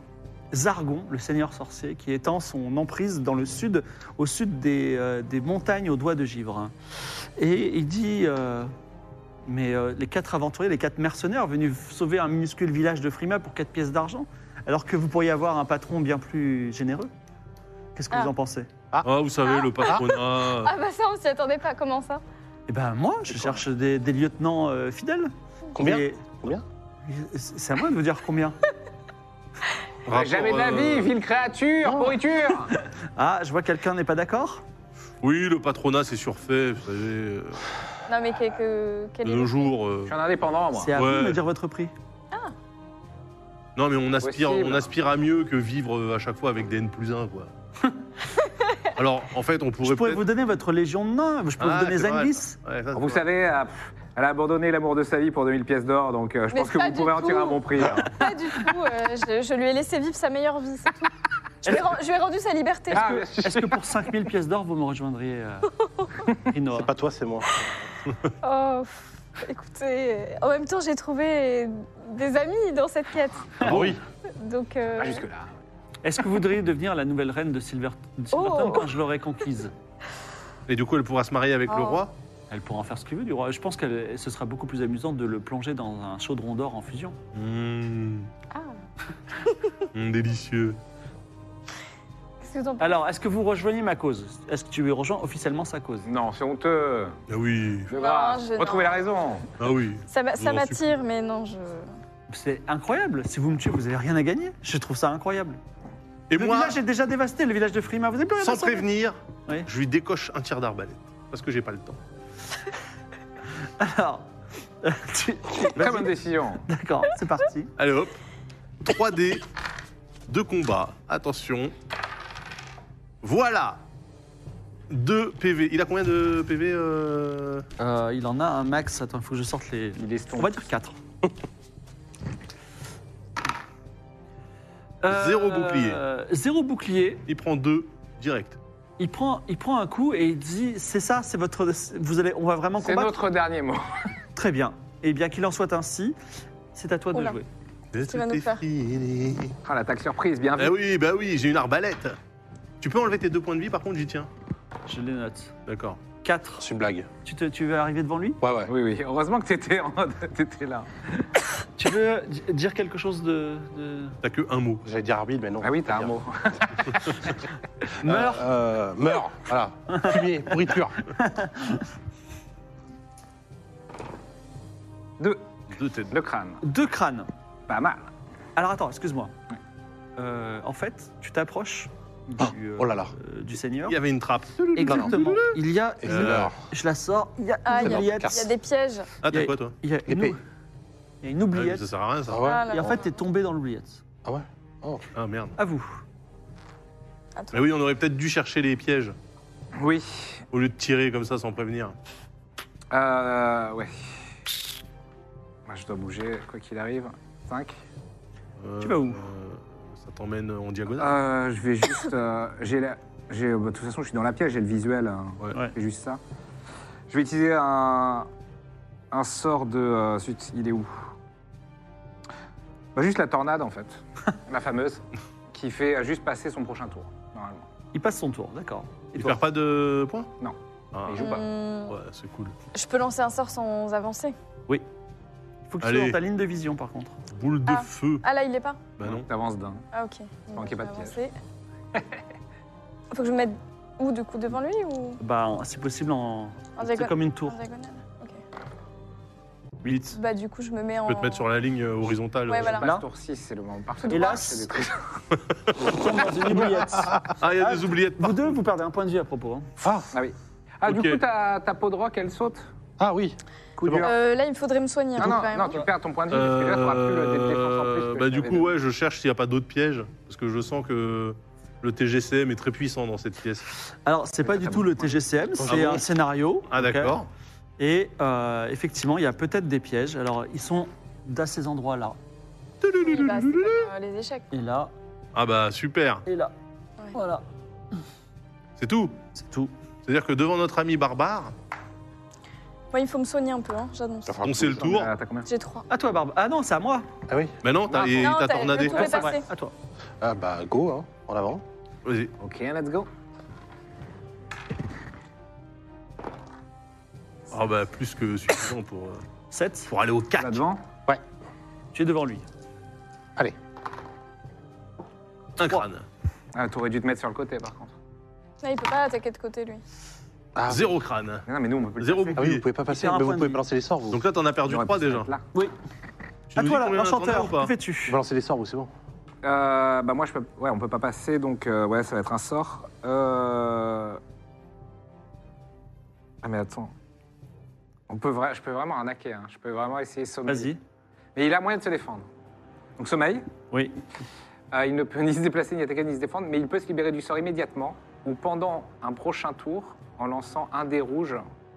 S1: Zargon, le seigneur sorcier, qui étend son emprise dans le sud, au sud des, euh, des montagnes aux doigts de givre. Et il dit euh, Mais euh, les quatre aventuriers, les quatre mercenaires, venus sauver un minuscule village de Frima pour quatre pièces d'argent, alors que vous pourriez avoir un patron bien plus généreux Qu'est-ce que
S2: Ah.
S1: vous en pensez
S3: Ah, vous savez, le patronat.
S2: Ah bah ça on s'y attendait pas, comment ça
S1: Eh ben, moi, je cherche des, des lieutenants euh, fidèles.
S4: Combien
S1: Et-
S4: Combien
S1: C'est c'est à moi de vous dire combien.
S3: Rapport,
S5: Jamais de la
S3: euh,
S5: vie, ville créature, pourriture
S1: Ah, je vois quelqu'un n'est pas d'accord
S3: Oui, le patronat, c'est surfait, vous savez, euh,
S2: Non mais que, que- quel
S3: de
S2: est
S3: nos
S2: le-
S3: jours. euh,
S5: Je suis un indépendant, moi.
S1: C'est à
S3: Ouais.
S1: vous de me dire votre prix.
S3: Non, mais on aspire,
S5: Possible.
S3: on aspire à mieux que vivre euh, à chaque fois avec des N plus 1, quoi. Alors, en fait, on
S1: Je
S3: pourrait
S1: pourrais
S3: peut-être...
S1: vous donner votre légion de nains, je peux
S3: Ah,
S1: vous donner
S3: c'est vrai,
S1: Zangis.
S3: Ouais, ça, c'est
S5: Vous
S3: vrai.
S5: savez, euh, pff, elle a abandonné l'amour de sa vie pour 2000 pièces d'or, donc euh, je
S2: Mais
S5: pense que
S2: pas
S5: vous
S2: du
S5: pourrez en
S2: tout.
S5: tirer un bon prix. hein.
S2: Pas du tout, euh, je, je lui ai laissé vivre sa meilleure vie, c'est tout. Je lui, ai, ren- je lui ai rendu sa liberté.
S5: Ah, bien sûr.
S1: Est-ce que pour 5000 pièces d'or, vous me rejoindriez, euh, Rinoa
S4: C'est pas toi, c'est moi.
S2: Oh, pff, écoutez, euh, en même temps j'ai trouvé des amis dans cette quête.
S3: Ah oui
S2: Donc, euh,
S5: Pas Ah, jusque-là.
S1: Est-ce que vous voudriez devenir la nouvelle reine de, Silver... de Silverton
S2: Oh.
S1: quand je l'aurai conquise
S3: Et du coup, elle pourra se marier avec le
S2: Oh.
S3: roi
S1: Elle pourra en faire ce qu'elle veut du roi. Je pense que ce sera beaucoup plus amusant de le plonger dans un chaudron d'or en fusion.
S3: Mmh.
S2: Ah.
S3: Mmh, Délicieux.
S2: qu'est-ce que vous en pensez
S1: Alors, est-ce que vous rejoignez ma cause Est-ce que tu lui rejoins officiellement sa cause
S5: Non, c'est honteux.
S3: Ah oui,
S5: De grâce.
S2: je-
S5: Retrouvez
S2: non.
S5: la raison.
S3: ah oui.
S2: Ça, m'a- ça
S3: Non,
S2: m'attire, mais non, je...
S1: C'est incroyable. Si vous me tuez, vous n'avez rien à gagner. Je trouve ça incroyable.
S3: Et
S1: le
S3: moi,
S1: village est déjà dévasté, le village de Frima. Vous n'avez plus rien à
S3: sans
S1: sauver.
S3: prévenir,
S1: Oui.
S3: je lui décoche un tir d'arbalète. Parce que j'ai pas le temps.
S1: Alors, tu-
S5: Très bonne décision.
S1: d'accord, c'est parti.
S3: Allez hop. 3D de combat. Attention. Voilà. 2 PV. Il a combien de PV euh,
S1: Euh, il en a un max. Attends, il faut que je sorte les.
S5: Il est
S1: On
S5: tombé.
S1: va dire 4.
S3: Zéro bouclier.
S1: Euh, Zéro bouclier.
S3: Il prend 2 direct.
S1: Il prend, il prend un coup et il dit C'est ça, c'est votre. Vous allez, on va vraiment
S5: C'est
S1: combattre
S5: notre dernier mot.
S1: Très bien. Eh bien, qu'il en soit ainsi, c'est à toi de
S2: Oula.
S1: jouer.
S2: Tu vas nous faire.
S5: Ah, l'attaque surprise, bien vu.
S3: Bah oui, bah oui, j'ai une arbalète. Tu peux enlever tes deux points de vie, par contre, j'y tiens.
S1: Je les note.
S3: D'accord.
S1: 4.
S4: C'est une blague.
S1: Tu, te- tu veux arriver devant lui
S4: Ouais, ouais.
S5: Oui, oui. Heureusement que t'étais en... t'étais là.
S1: Tu veux di- dire quelque chose de. de...
S3: T'as que un mot.
S4: J'allais dire arbitre, mais non.
S5: Ah oui, t'as un mot.
S1: Meurs
S4: Euh, meurs, voilà. Fumier, pourriture.
S5: Deux.
S3: Deux têtes.
S5: Le crâne.
S1: Deux crânes.
S5: Pas mal.
S1: Alors attends, excuse-moi. Euh, en fait, tu t'approches du, euh,
S4: oh là là.
S1: euh, du seigneur.
S3: Il y avait une trappe.
S1: Exactement. Il y a.
S4: Et
S1: une-
S4: c'est l'heure.
S1: Je la sors. Il y a une
S2: Ah, il y, a-
S1: oubliette.
S2: il y a des pièges.
S1: Il
S3: Ah,
S1: y
S3: t'as
S1: a-
S3: quoi, toi
S1: Il y a une,
S4: Épée.
S1: ou- il y a une
S3: Ah, mais
S1: oubliette.
S3: Ça sert à rien, ça.
S4: Ah ouais
S2: Ah là
S1: Et en
S2: là.
S1: fait, t'es tombé dans l'oubliette.
S4: Ah ouais
S3: Ah, merde.
S1: À vous.
S3: Mais oui, on aurait peut-être dû chercher les pièges
S5: Oui.
S3: au lieu de tirer comme ça sans prévenir.
S5: Euh. Ouais. Moi, je dois bouger, quoi qu'il arrive. 5.
S3: Euh,
S1: Tu vas où
S3: euh, Ça t'emmène en diagonale.
S5: Euh, je vais juste. euh, j'ai la. j'ai- bah, de toute façon, je suis dans la pièce, j'ai le visuel. hein.
S3: Ouais.
S1: Ouais.
S5: C'est juste ça. Je vais utiliser un. Un sort de. euh, zut, il est où Bah, Juste la tornade, en fait. la fameuse. Qui fait euh, juste passer son prochain tour, normalement.
S1: Il passe son tour, d'accord. Et
S3: Il
S1: toi
S3: perd pas de points
S5: Non.
S3: Ah,
S5: Il joue pas.
S2: Hmm,
S3: ouais, c'est cool.
S2: Je peux lancer un sort sans avancer
S1: Il faut que tu
S3: Allez.
S1: sois dans ta ligne de vision, par contre.
S3: Boule de
S2: Ah.
S3: feu.
S2: Ah là, il est pas
S3: Bah non.
S5: T'avances d'un.
S2: Ah ok.
S5: Tant
S2: Donc,
S5: qu'il y ait pas de
S2: je vais avancer. Faut que je me mette où du coup Devant lui ou
S1: Bah, en- c'est possible en.
S2: en
S1: C'est
S2: diagonale
S1: comme une tour.
S2: En diagonale Ok.
S3: 8.
S2: Bah du coup je me mets en...
S3: Tu peux te mettre sur la ligne horizontale.
S2: Ouais,
S3: euh,
S2: voilà.
S5: Passe
S1: Là
S5: Ah, tour 6, c'est le moment parfait.
S1: Hélas.
S5: C'est des trucs-
S1: Tu tombes dans une oubliette.
S3: Ah, il y a des oubliettes.
S1: Vous deux, vous perdez un point de vue à propos. hein.
S5: Ah oui. Ah,
S3: Ok.
S5: du coup, ta, ta peau de roc, elle saute
S4: Ah oui.
S5: Coup
S4: C'est bon.
S5: dur.
S2: Euh, là il me faudrait me soigner
S5: Ah, non,
S2: hein,
S5: non,
S2: quand même.
S5: non, tu perds ton point de vue, parce que là, t'auras plus le dé de défense en plus.
S3: Euh,
S5: que
S3: Bah du
S5: je t'avais
S3: coup,
S5: donné.
S3: ouais, je cherche s'il n'y a pas d'autres pièges, parce que je sens que le TGCM est très puissant dans cette pièce.
S1: Alors, c'est pas du tout le TGCM, c'est
S3: Ah bon
S1: un scénario.
S3: Ah
S1: ok
S3: d'accord.
S1: Et euh, effectivement, il y a peut-être des pièges. Alors, ils sont dans ces endroits-là.
S2: Oui, bah, c'est comme, euh, les échecs.
S1: Et là,
S3: Ah bah super,
S1: et là.
S2: Ouais.
S1: Voilà,
S3: c'est tout.
S1: c'est tout.
S3: C'est-à-dire que devant notre ami barbare,
S2: Moi, il faut me soigner un peu, hein, j'annonce.
S3: on sait le tour.
S5: Euh, T'as combien
S2: J'ai trois.
S1: À toi, Barbe. Ah non, c'est à moi.
S4: Ah oui
S3: Bah non, t'as
S5: Non,
S3: et
S2: non,
S3: t'as
S2: t'as-
S3: tornadé.
S2: le tour est
S3: Ah, c'est
S2: passé.
S3: vrai.
S1: À toi.
S4: Ah bah go, hein, en avant.
S3: Vas-y.
S5: Ok, let's go.
S3: Ah bah plus que suffisant pour, euh,
S1: 7.
S3: pour aller au 4.
S5: Là devant.
S1: Tu es devant lui.
S3: Un crâne.
S5: Ah, T'aurais dû te mettre sur le côté par contre.
S2: Là, il peut pas attaquer de côté, lui.
S4: Ah,
S3: Zéro crâne.
S5: Mais non, mais nous on peut le
S3: Zéro
S4: Ah
S5: passer.
S4: oui, vous
S3: bouclier.
S4: pouvez pas passer,
S1: Il perd un
S4: mais vous
S1: point de
S4: pouvez
S1: vie.
S4: balancer les sorts, vous.
S3: Donc là, t'en as perdu
S5: On aurait
S3: 3
S5: pu se
S3: déjà.
S5: mettre là.
S3: Tu
S1: À toi, là,
S3: nous dis combien t'en as
S1: l'enchanteur.
S3: ou pas
S1: Que fais-tu
S4: Balancer les sorts, vous, c'est bon.
S5: Euh, bah moi je peux. Ouais, on peut pas passer donc euh, ouais, ça va être un sort. Euh... Ah mais attends. On peut vra- je peux vraiment arnaquer, hein. je peux vraiment essayer de sommeil.
S1: Vas-y.
S5: Mais il a moyen de se défendre. Donc sommeil,
S1: Oui.
S5: euh, il ne peut ni se déplacer, ni attaquer, ni se défendre, mais il peut se libérer du sort immédiatement ou pendant un prochain tour en lançant un dé rouge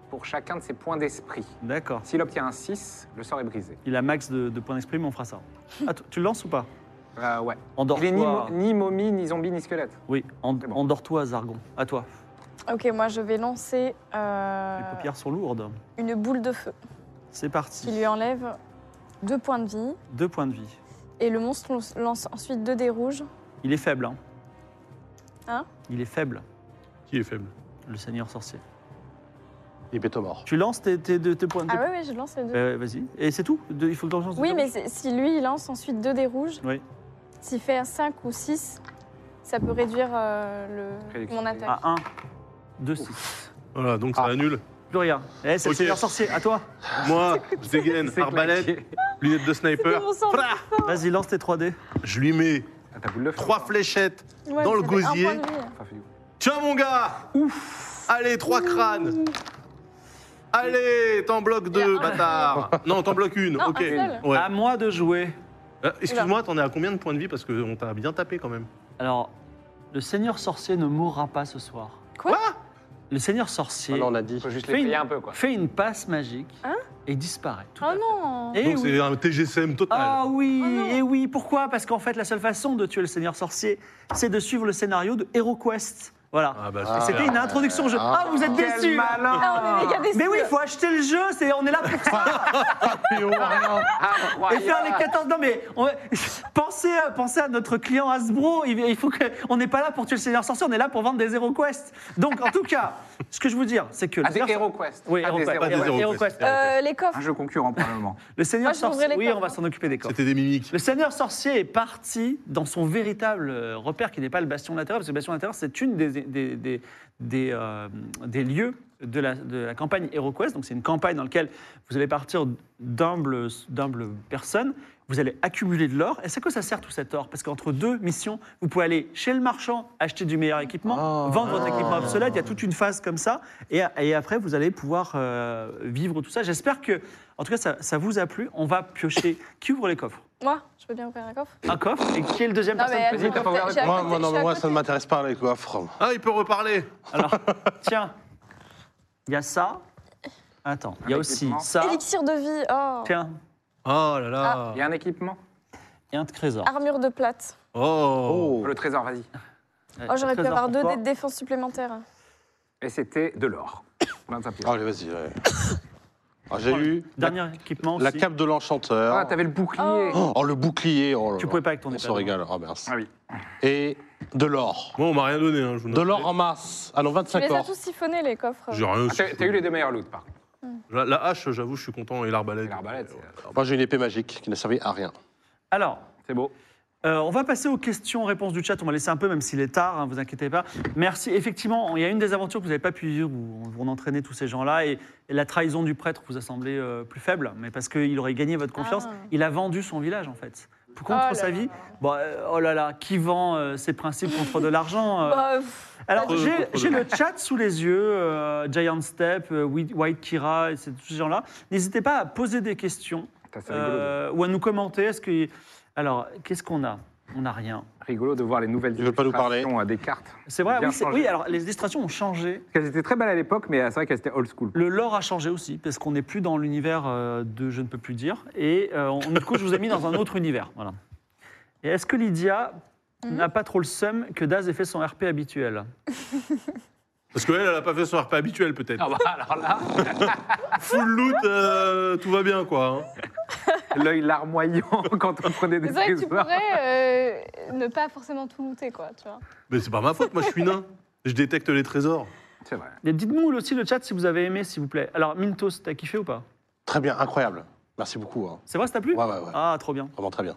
S5: pour chacun de ses points d'esprit.
S1: D'accord.
S5: S'il obtient un 6, le sort est brisé.
S1: Il a max de, de points d'esprit, mais on fera ça. Ah, tu tu le lances ou pas
S5: Euh, ouais. Il est ni,
S1: Endors-toi.
S5: mo- ni momie, ni zombie, ni squelette.
S1: Oui, en-
S5: C'est bon.
S1: endors-toi, Zargon. À toi.
S2: Ok, moi, je vais lancer euh,
S1: Les paupières sont lourdes.
S2: une boule de feu
S1: C'est
S2: qui
S1: parti.
S2: lui enlève deux points de vie.
S1: Deux points de vie.
S2: Et le monstre lance- lance ensuite deux dés rouges.
S1: Il est faible. Hein.
S2: Hein
S1: Il est faible,
S3: Qui est faible
S1: le seigneur sorcier.
S4: Il est bêtement mort.
S1: Tu lances tes, tes, tes- tes points de
S2: Ah ouais, ouais, je lance les deux.
S1: Euh, Vas-y. Et c'est tout De- Il faut que tu en lances
S2: Oui,
S1: deux.
S2: mais c'est- si lui, il lance ensuite deux dés rouges,
S1: Oui.
S2: s'il fait un 5 ou 6, ça peut réduire euh, le,
S5: Réduction.
S2: mon attaque.
S1: À 1, 2, 6.
S3: Voilà, donc ça
S4: Ah.
S3: annule.
S1: Plus rien. Eh, c'est le
S3: Ok.
S1: seigneur sorcier, à toi.
S3: Moi, je dégaine,
S5: C'est
S3: arbalète,
S5: claqué.
S3: lunettes de sniper.
S2: C'était mon sort.
S3: Voilà.
S1: Vas-y, lance tes 3D.
S3: Je lui mets
S5: Ah, t'as boule de feu,
S3: trois
S5: toi.
S3: fléchettes.
S2: Ouais,
S3: Dans
S2: ça
S3: le
S2: fait un
S3: gosier.
S2: point de vie.
S5: Enfin, fais du-
S3: Tiens mon gars Allez, trois crânes Allez, t'en bloques
S2: Il y a
S3: deux,
S2: un.
S3: bâtard Non, t'en bloques une,
S2: Non,
S3: ok.
S2: un seul.
S3: Ouais.
S1: À moi de jouer.
S3: Euh, Excuse-moi, t'en es à combien de points de vie Parce qu'on t'a bien tapé quand même.
S1: Alors, le seigneur sorcier ne mourra pas ce soir.
S2: Quoi
S1: Le seigneur sorcier
S4: Ah non, on a dit.
S5: Faut juste
S1: Fais
S5: les
S1: une-
S5: payer un peu, quoi.
S1: fait une passe magique
S2: Hein
S1: et disparaît. Tout
S2: Oh
S1: à fait.
S2: non
S1: Eh
S3: Donc
S1: oui.
S3: c'est un TGCM total.
S1: Ah oui,
S2: Oh non.
S1: et oui, pourquoi Parce qu'en fait, la seule façon de tuer le seigneur sorcier, c'est de suivre le scénario de HeroQuest. Voilà.
S3: Ah bah,
S4: Ah,
S3: super.
S1: C'était une introduction au jeu.
S4: Ah.
S1: Ah, vous êtes
S5: Quel
S1: déçus
S5: malin
S2: Ah, on est méga déçus.
S1: Mais oui, il faut acheter le jeu, c'est on est là pour ça et
S5: Incroyable.
S1: faire les 14 Non mais on- pensez, à- pensez à notre client Hasbro, il, il faut que on n'est pas là pour tuer le seigneur sorcier, on est là pour vendre des HeroQuest. Donc en tout cas, ce que je veux dire, c'est que le
S5: Ah, des
S1: seigneur-
S5: HeroQuest.
S1: Oui,
S5: Ah, des
S1: HeroQuest.
S3: Pas des
S1: Hero
S5: HeroQuest.
S3: héros.
S1: Quest.
S2: Euh, les coffres.
S5: Un jeu concurrent, probablement.
S1: le seigneur
S2: Moi, je
S1: sorcier,
S2: m'ouvrais les
S1: oui,
S2: coffres,
S1: on va s'en occuper des corps.
S3: C'était des mimiques.
S1: Le seigneur sorcier est parti dans son véritable euh, repère qui n'est pas le bastion de l'intérieur, parce que le bastion de l'intérieur, c'est une des, des, des, des, euh, des lieux de la, de la campagne HeroQuest. Donc, c'est une campagne dans laquelle vous allez partir d'humbles d'humbles personnes, vous allez accumuler de l'or. Et c'est à quoi ça sert tout cet or Parce qu'entre deux missions, vous pouvez aller chez le marchand, acheter du meilleur équipement,
S4: Oh.
S1: vendre votre équipement
S4: Ah.
S1: obsolète. Il y a toute une phase comme ça. Et, et après, vous allez pouvoir euh, vivre tout ça. J'espère que, en tout cas, ça, ça vous a plu. On va piocher. Qui ouvre les coffres
S2: Moi, je peux bien ouvrir un coffre.
S1: un coffre et qui est le deuxième
S2: Non,
S1: personne
S2: mais
S1: qui
S5: t'as pas ouvert
S2: attends,
S5: le
S2: j'ai à
S4: Moi,
S2: côté-
S4: moi, non,
S2: j'ai à
S4: moi,
S2: côté.
S4: ça ne m'intéresse pas les coffres.
S3: Ah, il peut reparler.
S1: Alors, tiens, il y a ça. Attends, il y a
S5: Un
S1: aussi
S5: équipement.
S1: ça.
S2: Élixir de vie, oh
S1: Tiens,
S3: Oh là là.
S5: Il y a un équipement
S1: et un trésor.
S2: Armure de plate.
S3: Oh.
S4: Oh,
S5: Le trésor, vas-y.
S2: Oh, j'aurais pu
S1: Trésor
S2: avoir
S1: pour
S2: deux
S1: toi.
S2: dés de défense supplémentaires.
S5: Et c'était de l'or. 25 pièces.
S4: allez, vas-y. ouais. Ah, J'ai eu
S1: Dernier équipement
S4: la
S1: aussi.
S4: cape de l'enchanteur.
S5: Ah, t'avais le bouclier.
S2: Oh.
S4: Oh, le bouclier. Oh, là
S1: Tu
S4: là.
S1: pouvais pas avec ton
S4: On
S1: épée.
S4: se régale. Ah, mince.
S5: Ah oui.
S4: Et de l'or.
S3: Moi, on m'a rien donné. Hein, je vous
S4: De
S3: note.
S4: l'or en masse. Ah non,
S2: Tu
S4: 25
S2: les as
S4: or.
S2: tous siphonnés, les coffres.
S3: J'ai rien.
S5: Ah, T'as t'as eu les deux meilleurs loots, par contre.
S3: La, la hache, j'avoue, je suis content. Et l'arbalète.
S5: Et l'arbalète, c'est-
S3: Ouais.
S4: Moi, j'ai une épée magique qui n'a servi à rien.
S1: Alors,
S5: C'est beau.
S1: Euh, on va passer aux questions-réponses du chat. On va laisser un peu, même s'il est tard, hein, vous inquiétez pas. Merci. Effectivement, il y a une des aventures que vous n'avez pas pu vivre où on, on entraînait tous ces gens-là et, et la trahison du prêtre vous a semblé euh, plus faible, mais parce qu'il aurait gagné votre confiance.
S2: Ah.
S1: Il a vendu son village, en fait, pour- contre
S2: Oh là
S1: sa
S2: là
S1: vie.
S2: là là.
S1: Bon, euh, oh là là, qui vend euh, ses principes contre de l'argent euh,
S2: Bah, pff,
S1: alors,
S3: Euh,
S1: j'ai-
S3: contre
S1: j'ai
S3: le-
S1: le chat sous les yeux, euh, Giant Step, euh, White White Kira, et ces- tous ces gens-là. N'hésitez pas à poser des questions
S5: Putain, C'est rigolo.
S1: euh, ou à nous commenter. Est-ce que... Alors, qu'est-ce qu'on a On n'a rien.
S5: Rigolo de voir les nouvelles
S4: Ils veulent pas nous parler.
S5: illustrations, euh, des cartes.
S1: C'est vrai,
S5: Bien
S1: oui, c'est-
S5: changé.
S1: oui, alors les illustrations ont changé.
S5: Parce qu'elles étaient très belles à l'époque, mais euh, c'est vrai qu'elles étaient old school.
S1: Le lore a changé aussi, parce qu'on n'est plus dans l'univers euh, de je ne peux plus dire. Et euh, on- du coup, je vous ai mis dans un autre univers. Voilà. Et est-ce que Lydia
S2: Mhm.
S1: n'a pas trop le seum que Daz ait fait son RP habituel
S3: Parce qu'elle, elle n'a pas fait son RP habituel, peut-être.
S5: Ah bah alors là,
S1: Ah.
S3: Full loot, euh, tout va bien, quoi. hein.
S5: l'œil larmoyant quand on prenait des
S2: C'est vrai que tu
S5: trésors.
S2: pourrais euh, ne pas forcément tout looter, quoi, tu vois.
S3: Mais c'est pas ma faute, moi, je suis nain. Je détecte les trésors.
S5: C'est vrai.
S1: Et Dites-nous aussi le chat si vous avez aimé, s'il vous plaît. Alors, Mintos, t'as kiffé ou pas
S4: Très bien, incroyable. Merci beaucoup. hein.
S1: C'est vrai, ça t'a plu
S4: Ouais, ouais, ouais.
S1: Ah, trop bien.
S4: Vraiment très bien.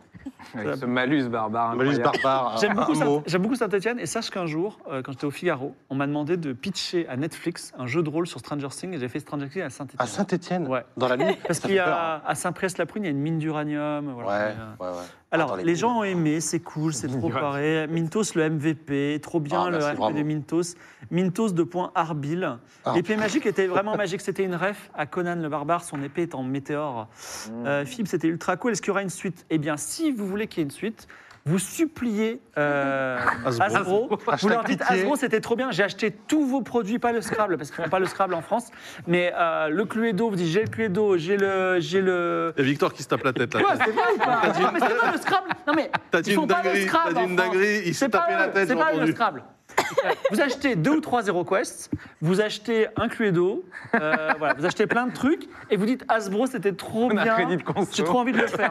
S5: Avec ce malus barbare.
S4: Malus
S5: incroyable.
S4: barbare. euh,
S1: J'aime
S4: Ah, un-
S1: beaucoup,
S4: un
S1: Saint-
S4: mot.
S1: j'aime beaucoup Saint-Etienne et sache qu'un jour, euh, quand j'étais au Figaro, on m'a demandé de pitcher à Netflix un jeu de rôle sur Stranger Things et j'ai fait Stranger Things à Saint-Etienne.
S4: À Saint-Étienne
S1: Ouais.
S4: Dans la nuit
S1: Parce
S4: Ça
S1: qu'il
S4: fait
S1: y
S4: peur, hein.
S1: a, à Saint-Presse-la-Prune, il y a une mine d'uranium. voilà. Mais, euh,
S4: Ouais, ouais, ouais.
S1: Alors,
S4: Attends,
S1: les,
S4: les
S1: gens
S4: couilles.
S1: ont aimé, c'est cool, c'est trop pareil. Mintos, le MVP, trop bien
S4: Ah,
S1: le
S4: merci,
S1: RP
S4: bravo.
S1: de Mintos. Mintos de point Arbil.
S4: Ah.
S1: L'épée magique était vraiment magique, c'était une ref à Conan le barbare, son épée est en météore. Euh,
S4: Hmm.
S1: Philippe, c'était ultra cool. Est-ce qu'il y aura une suite Eh bien, si vous voulez qu'il y ait une suite, vous suppliez euh, Hasbro.
S3: Hasbro.
S1: Vous
S4: Hashtag
S1: leur dites
S4: pitié.
S1: Hasbro, c'était trop bien, j'ai acheté tous vos produits, pas le Scrabble, parce qu'ils font pas le Scrabble en France, mais euh, le Cluedo, vous dites j'ai le Cluedo, j'ai le. J'ai le...
S3: Il y a Victor qui se tape la tête,
S1: Tu vois,
S3: là.
S1: c'est vrai ou pas Non, mais c'est pas le Scrabble Non, mais.
S3: T'as
S1: ils
S3: dit
S1: font
S3: une
S1: pas le
S3: dinguerie,
S1: Scrabble
S3: t'as dit
S1: en
S3: une
S1: France.
S3: dinguerie, il
S1: C'est
S3: s'est
S1: pas
S3: tapé la
S1: eux,
S3: tête,
S1: C'est
S3: j'ai
S1: pas eux, le
S3: entendu.
S1: Scrabble. Vous achetez deux ou trois Zero Quest, vous achetez un Cluedo, euh, voilà, vous achetez plein de trucs et vous dites Hasbro, c'était trop
S5: On a un
S1: bien.
S5: crédit de conso.
S1: J'ai trop envie de le faire.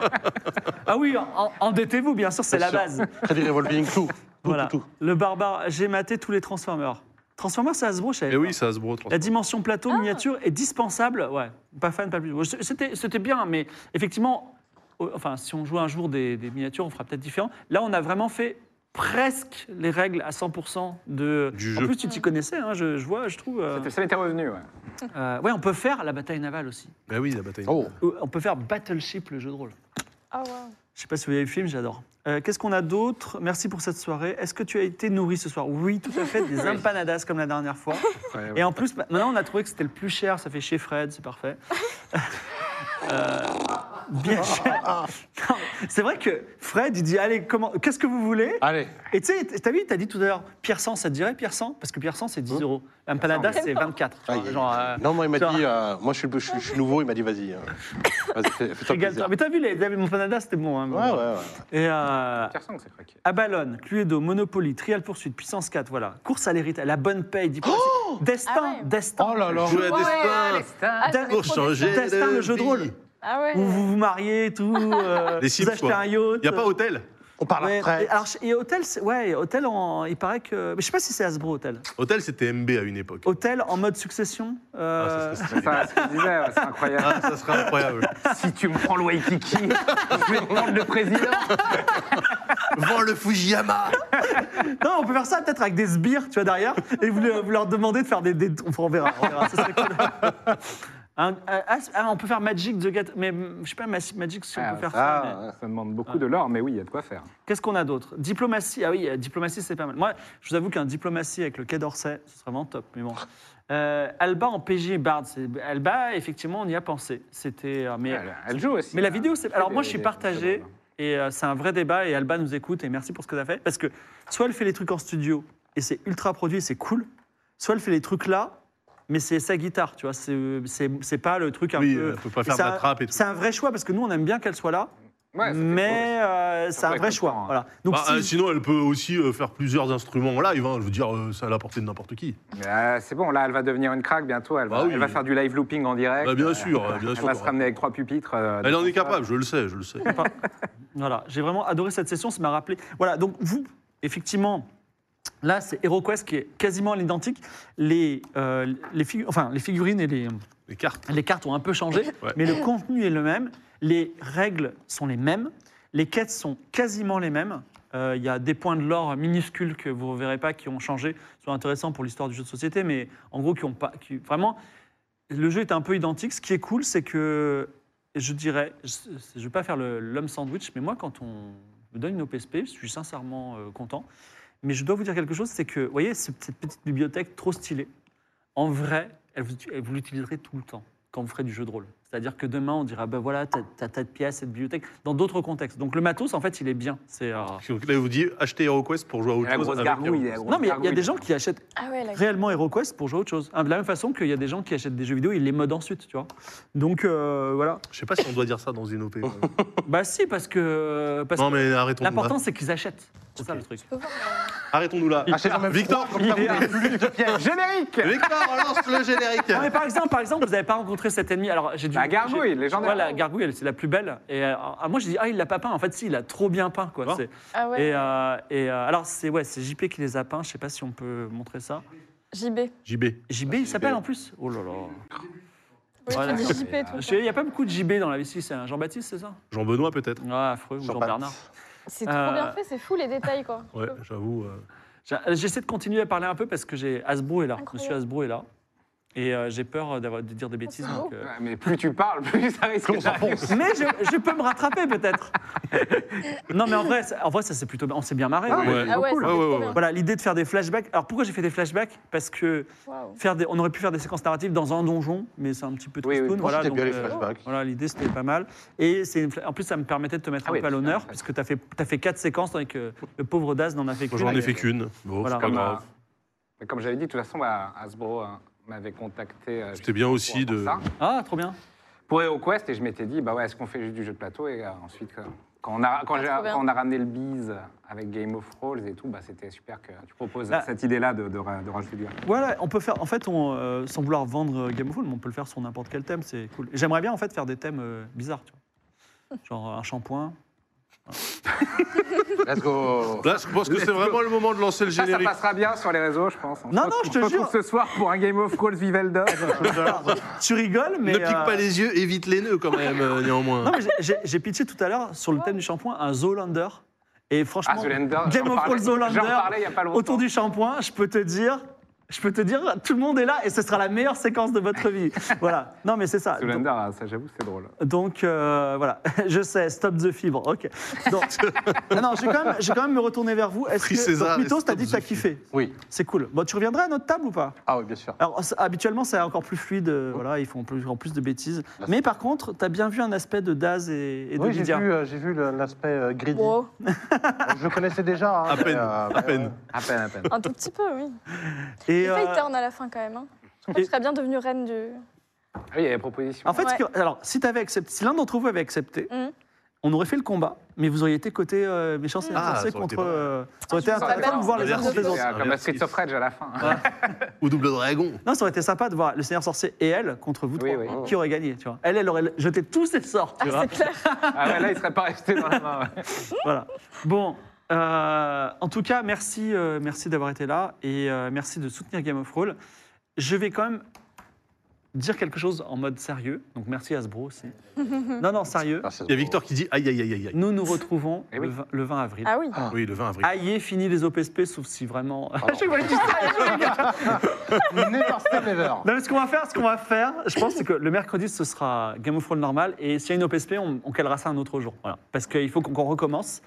S1: Ah oui, en- endettez-vous, bien sûr, c'est la base.
S4: Crédit Revolving, tout. Tout,
S1: Voilà.
S4: tout, tout.
S1: Le barbare, j'ai maté tous les Transformers. Transformers, c'est Hasbro, je savais
S3: Et
S1: pas.
S3: oui, ça se brosse.
S1: La dimension plateau miniature est dispensable. Ouais, pas fan, pas plus. Bon, C'était c'était bien, mais effectivement, au- enfin, si on joue un jour des, des miniatures, on fera peut-être différent. Là, on a vraiment fait presque les règles à 100% de.
S3: Du
S1: en
S3: jeu.
S1: plus, tu t'y connaissais, hein, je, je vois, je trouve. euh,
S5: Ça m'était revenu, ouais.
S1: euh, ouais, on peut faire la bataille navale aussi.
S3: Ben oui, la bataille.
S4: Oh,
S1: Ou On peut faire Battleship, le jeu de rôle.
S2: Ah, ouais.
S1: Je sais pas si vous avez vu le film, j'adore. Euh, Qu'est-ce qu'on a d'autre Merci pour cette soirée. Est-ce que tu as été nourri ce soir Oui, tout à fait, des empanadas comme la dernière fois.
S5: Incroyable.
S1: Et en plus, ma- maintenant, on a trouvé que c'était le plus cher. Ça fait chez Fred, c'est parfait. Euh,
S4: Ah,
S1: bien cher. Non, C'est vrai que Fred, il dit Allez, comment qu'est-ce que vous voulez
S4: Allez.
S1: Et tu sais, t'as vu, t'as dit tout à l'heure Pierre 100, ça te dirait Pierre 100 Parce que Pierre 100, c'est 10 euros.
S4: Hein
S1: Un palada, c'est 24. tu vois,
S4: Aïe, aïe,
S1: Genre,
S4: aïe.
S1: euh,
S4: non, moi, Ah, il m'a
S1: genre-
S4: dit, euh, moi, je suis, le- je suis- je suis nouveau, il m'a dit, vas-y. euh, vas-y, fais- fais-toi
S1: régale-toi.
S4: plaisir.
S1: Mais t'as vu, les, mon panada, c'était bon. hein, bon.
S4: Ouais, ouais, ouais.
S1: Et euh,
S5: Pierre Sang, c'est craqué.
S1: Abalone, Cluedo, Monopoly, Trial Poursuite, Puissance 4, voilà. Course à l'héritage, la bonne paye, diplomatie. Destin,
S2: Ah ouais.
S1: destin.
S4: Oh là là.
S3: Jouer à destin
S2: Ah, j'en ai
S3: pour
S2: trop
S3: changer.
S2: d'estin.
S1: Destin, le jeu de rôle.
S2: Ah, ouais.
S1: Où vous vous mariez, tout. euh,
S3: Des Sims,
S1: vous achetez
S3: quoi.
S1: un yacht.
S3: Il n'y a pas hôtel.
S4: On parle
S1: Ouais,
S4: après.
S1: et alors, et hôtel, c'est- ouais, hôtel, en- il paraît que. Mais je sais pas si c'est Hasbro Hôtel.
S3: Hôtel, c'était MB à une époque.
S1: Hôtel en mode succession.
S3: Ah,
S1: euh,
S3: ça serait stylé.
S5: Ça, c'est ce que je disais, ouais, c'est incroyable.
S3: Ah, ça serait incroyable.
S5: Si tu me prends le Waikiki, je vais te prendre le président.
S1: Ah,
S3: Vends le Fujiyama
S1: Non, on peut faire ça peut-être avec des sbires, tu vois, derrière, et vous, leur- vous leur demandez de faire des. des... Enfin, on verra, on verra, ça serait cool. Un- un- ah, on peut faire Magic the Gat- mais mm, je sais pas Mas- Magic si on
S5: Ah,
S1: peut faire ça. mais-
S4: Ah,
S5: Ça demande beaucoup de l'or, mais oui, il y a de quoi faire.
S1: Qu'est-ce qu'on a d'autre Diplomatie, ah oui, euh, diplomatie c'est pas mal. Moi, je vous avoue qu'un diplomatie avec le Quai d'Orsay, ce serait vraiment top, mais bon. Euh, Alba en PG Bard, c'est- Alba, effectivement, on y a pensé. C'était, euh, mais,
S5: Elle, elle joue aussi.
S1: mais la
S5: hein.
S1: vidéo, c'est. Alors moi, je suis
S5: Des- des-
S1: partagé
S5: des- des-
S1: et euh, c'est un vrai débat et Alba nous écoute et merci pour ce que tu as fait parce que soit elle fait les trucs en studio et c'est ultra produit, et c'est cool, soit elle fait les trucs là. Mais c'est sa guitare, tu vois, c'est euh, c'est- c'est pas le truc un
S3: Oui,
S1: peu.
S3: elle peut pas
S1: Et
S3: faire de
S1: c'est
S3: la
S1: un-
S3: trappe et tout.
S1: C'est un vrai choix parce que nous, on aime bien qu'elle soit là,
S5: Ouais, c'était
S1: mais euh, c'est un
S5: Après,
S1: vrai
S5: je
S1: choix.
S5: comprends, hein.
S1: Voilà. Donc,
S3: Bah,
S1: si-
S3: euh, Sinon, elle peut aussi euh, faire plusieurs instruments en live. hein. Je veux dire, euh, ça à la portée de n'importe qui.
S5: cool. Mais, euh, c'est bon, là, elle va devenir une craque bientôt. Elle va,
S3: Bah oui.
S5: elle va faire du live looping en direct.
S3: Bah, bien
S5: Euh,
S3: sûr, euh, bien
S5: Elle
S3: sûr.
S5: va se
S3: t'auras-
S5: ramener avec trois pupitres. euh,
S3: Elle en
S5: devant
S3: est
S5: ça.
S3: capable, je le sais, je le sais.
S1: Enfin, voilà, j'ai vraiment adoré cette session, ça m'a rappelé. Voilà, donc vous, effectivement, là, c'est HeroQuest qui est quasiment à l'identique. Les, euh, les, figu- enfin, les figurines et les,
S3: Les cartes.
S1: les cartes ont un peu changé,
S3: Ouais.
S1: mais le contenu est le même, les règles sont les mêmes, les quêtes sont quasiment les mêmes. Euh, Il y a des points de l'or minuscules que vous ne verrez pas qui ont changé, qui sont intéressants pour l'histoire du jeu de société, mais en gros, qui ont pas. Qui, vraiment, le jeu est un peu identique. Ce qui est cool, c'est que je dirais, je ne vais pas faire le- l'homme sandwich, mais moi, quand on me donne une OPSP, je suis sincèrement euh, content. Mais je dois vous dire quelque chose, c'est que, vous voyez, cette cette petite bibliothèque trop stylée, en vrai, elle vous, elle vous l'utiliserez tout le temps quand vous ferez du jeu de rôle. C'est-à-dire que demain, on dira, ben voilà, t'as t'as telle pièce, cette bibliothèque, dans d'autres contextes. Donc le matos, en fait, il est bien. C'est, euh,
S3: Donc Là, il vous dit achetez HeroQuest pour jouer à
S5: Il y
S3: autre
S5: a la
S3: chose.
S5: grosse
S3: avec
S5: gargouille. il y a la
S3: HeroQuest.
S5: grosse
S1: Non, mais il y a- il y, a
S5: gargouille.
S1: des gens qui achètent
S2: Ah ouais, la
S1: réellement HeroQuest pour jouer à autre chose. Hein, De la même façon qu'il y a des gens qui achètent des jeux vidéo, ils les modent ensuite, tu vois. Donc euh, voilà.
S3: Je sais pas si on doit dire ça dans une OP. quoi.
S1: bah si, parce que. Parce
S3: non,
S1: que
S3: mais arrêtons.
S1: L'important, c'est qu'ils achètent. C'est ça
S3: Ok.
S1: le truc.
S3: Arrêtons-nous là.
S5: Achetez quand même
S3: Victor,
S5: froid, comme ça, vous avez plus de pièges. Générique
S3: Victor, lance le générique.
S1: Non, mais par exemple, par exemple, vous n'avez pas rencontré cet ennemi. Alors, j'ai dû-
S5: La gargouille,
S1: j'ai-
S5: légendaire.
S1: Ouais, la gargouille, elle, c'est la plus belle. Et euh, ah, moi, j'ai dit, ah, il l'a pas peint. En fait, si, il a trop bien peint, quoi.
S3: Bon.
S1: C'est-
S2: Ah ouais,
S1: Et, euh, et, euh, alors, c'est ouais, c'est JP qui les a peints. Je sais pas si on peut montrer ça.
S2: JB. Oui,
S3: JB.
S1: JB, il s'appelle en plus. Oh là là. Voilà.
S2: tu dis JP tout le
S1: Je
S2: temps.
S1: sais, Il n'y a pas beaucoup de JB dans la vie. Si, c'est un Jean-Baptiste, c'est ça
S3: Jean-Benoît, peut-être.
S1: Ah, affreux, ou
S4: Jean-Baptiste.
S1: Jean-Bernard.
S2: C'est trop
S1: Euh,
S2: bien fait, c'est fou les détails quoi.
S3: Ouais, j'avoue. euh,
S1: J'a- J'essaie de continuer à parler un peu parce que j'ai Hasbro est là.
S2: Incroyable.
S1: Monsieur Hasbro est là. Et euh, j'ai peur d'avoir de dire des bêtises.
S2: c'est
S1: donc,
S2: beau.
S1: euh,
S5: Ouais, Mais plus tu parles, plus ça risque
S3: Plus on
S5: d'arriver.
S3: s'enfonce.
S1: Mais je, je peux me rattraper peut-être. non, mais en vrai, ça- en vrai ça c'est plutôt, on s'est bien marré.
S3: Ah ouais.
S1: C'était
S2: Ah ouais,
S1: cool.
S2: c'était
S3: Ouais, ouais,
S2: trop
S3: ouais,
S2: bien.
S1: Voilà, l'idée de faire des flashbacks. Alors pourquoi j'ai fait des flashbacks Parce que
S2: Waouh.
S1: faire des, on aurait pu faire des séquences narratives dans un donjon, mais c'est un petit peu
S5: Oui, oui,
S1: tristoun.
S5: je pense
S1: voilà,
S4: C'était
S1: donc,
S4: bien les
S1: euh,
S4: flashbacks.
S1: voilà, l'idée c'était pas mal. Et c'est une fla- en plus ça me permettait de te mettre
S5: Ah
S1: un
S5: oui,
S1: peu à l'honneur,
S5: parfait.
S1: puisque t'as fait, t'as fait quatre séquences tandis que le pauvre Daz n'en a fait qu'une.
S3: Moi, j'en ai fait qu'une. Bon,
S1: Voilà.
S3: c'est pas
S1: Comme,
S3: grave.
S5: Mais comme j'avais dit, de toute façon, bah, Hasbro euh, m'avait contacté. euh,
S3: C'était bien aussi
S5: pour
S3: de-
S5: ça,
S1: Ah, trop bien.
S5: Pour HeroQuest, et je m'étais dit, bah ouais, est-ce qu'on fait juste du jeu de plateau Et euh, ensuite, euh, quand on, a, quand,
S2: Ah,
S5: j'ai-
S2: trop bien.
S5: quand on a ramené le Bees avec Game of Thrones et tout, bah, c'était super que tu proposes
S1: Ah.
S5: cette idée-là de, de, ra- de rajouter du
S1: Voilà, on peut faire. En fait, on, euh, sans vouloir vendre euh, Game of Thrones, mais on peut le faire sur n'importe quel thème, c'est cool. Et J'aimerais bien en fait faire des thèmes euh, bizarres, tu vois. Genre euh, un shampoing.
S4: Let's go.
S3: Là, je pense que c'est vraiment le moment de lancer le
S5: Ça, ça
S3: générique.
S5: passera bien sur les réseaux, je pense. On se
S1: Non,
S5: retrouve-
S1: non, je te
S5: on se retrouve
S1: jure. Ah,
S5: ce soir pour un Game of Thrones Vivelda.
S1: tu rigoles, mais.
S3: ne pique
S1: euh,
S3: pas les yeux, évite les nœuds quand même,
S1: Non,
S3: euh, néanmoins.
S1: mais j'ai- j'ai- j'ai pitché tout à l'heure sur le thème du shampoing un Zoolander. Et franchement,
S5: Ah, Zoolander,
S1: Game
S5: j'en
S1: of Thrones
S5: parlais-
S1: Zoolander,
S5: j'en parlais il y a pas longtemps.
S1: autour du shampoing, je peux te dire. Je peux te dire, tout le monde est là et ce sera la meilleure séquence de votre vie. voilà. Non, mais c'est ça.
S5: Zoolander, ah, ça j'avoue, c'est drôle.
S1: Donc euh, voilà, je sais, stop the fibre, ok. Donc, non, non, je vais quand même, je vais quand même me retourner vers vous. Est-ce
S3: Prix César
S1: que
S3: et
S1: Mythos, t'as
S3: stop
S1: dit que
S3: the
S1: t'as
S3: fibre.
S1: kiffé
S4: Oui.
S1: C'est cool. Bon, tu reviendrais à notre table ou pas
S4: Ah oui, bien sûr.
S1: Alors c'est- habituellement, c'est encore plus fluide. euh, Voilà, ils font plus, en plus de bêtises. Mais par contre, t'as bien vu un aspect de Daz et, et de
S7: Oui, j'ai
S1: Lydia.
S7: vu, euh, j'ai vu le- l'aspect euh, greedy.
S2: Wow.
S7: Je le connaissais déjà. hein,
S3: À peine,
S7: mais, euh,
S3: à
S1: Ah,
S3: peine.
S5: À peine, à peine.
S2: Un tout petit peu, oui.
S1: Et,
S2: J'ai failli
S1: euh,
S2: turn à la fin quand même. Hein. Je crois que
S1: et-
S2: je serais bien devenue reine du.
S1: bah,
S5: Ah oui, il y a les propositions.
S1: en fait, ce que- alors si t'avais accepté, si l'un d'entre vous avait accepté,
S2: Mhm.
S1: on aurait fait le combat, mais vous auriez été côté euh, méchant et
S3: Ah, ça
S1: insensé
S3: aurait été
S1: contre.
S3: pas mal. Bah,
S1: euh, ça aurait été
S2: Mmh. Ah, je vous
S1: intéressant de voir les uns
S3: remercie.
S1: contre les autres.
S5: C'est, euh, comme la Street of Rage à la fin.
S3: Ou double dragon.
S1: Non, ça aurait été sympa de voir le Seigneur Sorcier et elle contre vous
S5: Oui,
S1: trois.
S5: oui.
S1: Qui aurait gagné, tu vois Elle, elle aurait jeté tous ses sorts, tu vois.
S2: C'est clair.
S5: Ah ouais, là, il serait pas resté dans la main. ouais.
S1: Voilà. Bon, euh, en tout cas, merci, euh, merci d'avoir été là et euh, merci de soutenir Game of Roll. Je vais quand même dire quelque chose en mode sérieux. Donc merci Hasbro aussi. non, non, sérieux.
S4: Ah, c'est
S3: Il y a
S4: drôle.
S3: Victor qui dit aïe aïe aïe aïe aïe.
S1: Nous nous retrouvons
S5: Eh oui.
S1: le, 20, le 20 avril.
S2: Ah oui.
S3: Oui, le 20 avril.
S1: Aïe, fini les OPSP, sauf si vraiment.
S7: Ah Never stop ever.
S1: Non, mais ce qu'on va faire, ce qu'on va faire, je pense c'est que le mercredi, ce sera Game of Thrones normal. Et s'il y a une OPSP, on, on calera ça un autre jour. Voilà. Parce qu'il faut qu'on qu'on recommence.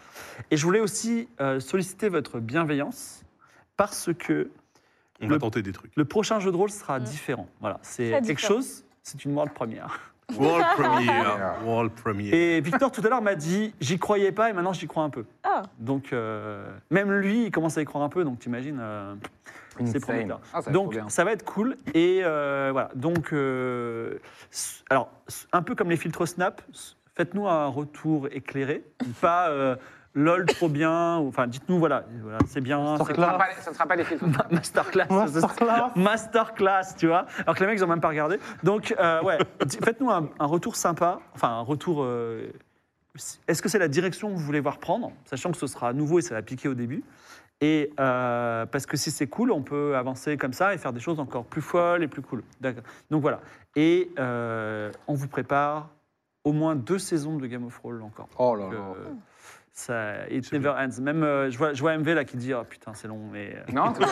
S1: Et je voulais aussi euh, solliciter votre bienveillance parce que
S3: On
S1: Le-
S3: va tenter des trucs.
S1: le prochain jeu de rôle sera différent. Voilà, c'est
S2: Mm. Très
S1: quelque
S2: différent.
S1: chose, c'est une world première.
S3: World premiere. World premiere.
S1: Et Victor, tout à l'heure, m'a dit j'y croyais pas et maintenant j'y crois un peu.
S2: Ah.
S1: Donc, euh, même lui, il commence à y croire un peu. Donc, t'imagines. euh, C'est
S5: Insane.
S1: prometteur.
S5: Ah, ça va
S1: donc
S5: trop bien.
S1: ça va être cool et euh, voilà. Donc euh, s- alors s- un peu comme les filtres Snap, s- faites-nous un retour éclairé, pas euh, lol trop bien. ou- Enfin dites-nous voilà, voilà c'est bien.
S5: Ça ne
S1: c'est-
S5: sera pas- ça ne sera pas les filtres.
S1: Masterclass. Masterclass. Masterclass, tu vois. Alors que les mecs, ils n'ont même pas regardé. Donc, euh, ouais, di- faites-nous un, un retour sympa. Enfin, un retour. euh, si- Est-ce que c'est la direction que vous voulez voir prendre Sachant que ce sera nouveau et ça va piquer au début. Et euh, parce que si c'est cool, on peut avancer comme ça et faire des choses encore plus folles et plus cool. D'accord. Donc voilà. Et euh, on vous prépare au moins deux saisons de Game of Thrones encore.
S4: Oh là
S1: Donc,
S4: là.
S1: euh, ça, it
S3: C'est
S1: never ends. Même, euh, je, vois, je vois MV là qui dit Oh putain, c'est long, mais. euh,
S5: Non,
S1: tu vas-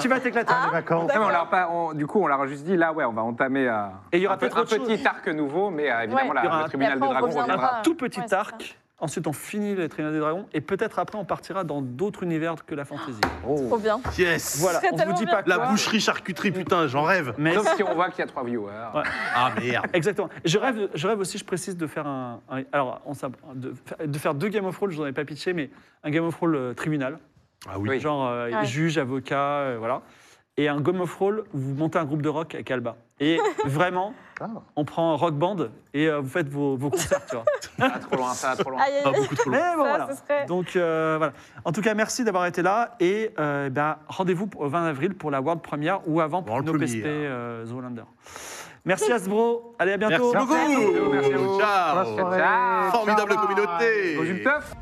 S1: tu vas t'éclater.
S7: Les vacances.
S5: Non, mais on leur a pas- on- du coup, on leur a juste dit là, ouais, on va entamer euh,
S1: Et il y aura
S5: un, peu-
S1: peut-être
S5: un
S1: autre chose.
S5: petit arc nouveau, mais euh,
S2: Ouais.
S5: évidemment, la-
S1: Il y aura un-
S5: le tribunal
S2: Et après,
S5: de
S2: on
S5: dragon
S2: reviendra.
S5: reviendra.
S1: tout petit
S2: Ouais, c'est
S1: arc Ensuite, on finit les Tribunal des Dragons. Et peut-être après, on partira dans d'autres univers que la fantasy.
S2: Trop bien.
S3: Yes
S1: Voilà,
S2: serait
S1: on ne vous
S2: tellement
S1: dit pas
S3: La
S1: quoi,
S3: boucherie charcuterie, putain, j'en rêve.
S1: Mais
S5: Sauf si on voit qu'il y a trois viewers.
S1: Ouais.
S3: Ah merde.
S1: Exactement. Je rêve, je rêve aussi, je précise, de faire un. un- alors, on, s'ab- de, de faire deux Game of Roll, je n'en ai pas pitché, mais un Game of Roll euh, tribunal.
S3: Ah oui.
S5: Oui.
S1: Genre euh,
S2: Ouais.
S1: juge, avocat, euh, voilà. Et un Game of Roll où vous montez un groupe de rock avec Alba. Et vraiment,
S7: Ah.
S1: on prend rock band et euh, vous faites vos, vos concerts, tu vois.
S5: Ça va trop loin, ça va trop loin.
S2: Aïe, aïe,
S3: Pas
S2: aïe.
S3: beaucoup trop long.
S1: Mais Ah. bon,
S2: Ça,
S1: voilà.
S2: ce serait-
S1: Donc, euh, voilà. En tout cas, merci d'avoir été là. Et euh, ben, rendez-vous au 20 avril pour la World Premiere ou avant pour
S3: World
S1: nos PSP
S3: Premiere.
S1: euh, Zoolander. Merci Hasbro. Allez, à bientôt.
S3: Merci beaucoup.
S5: Merci à vous.
S7: Bonne
S3: Ciao.
S7: soirée.
S5: Ciao.
S3: Formidable communauté.
S5: Bonjour, Teuf.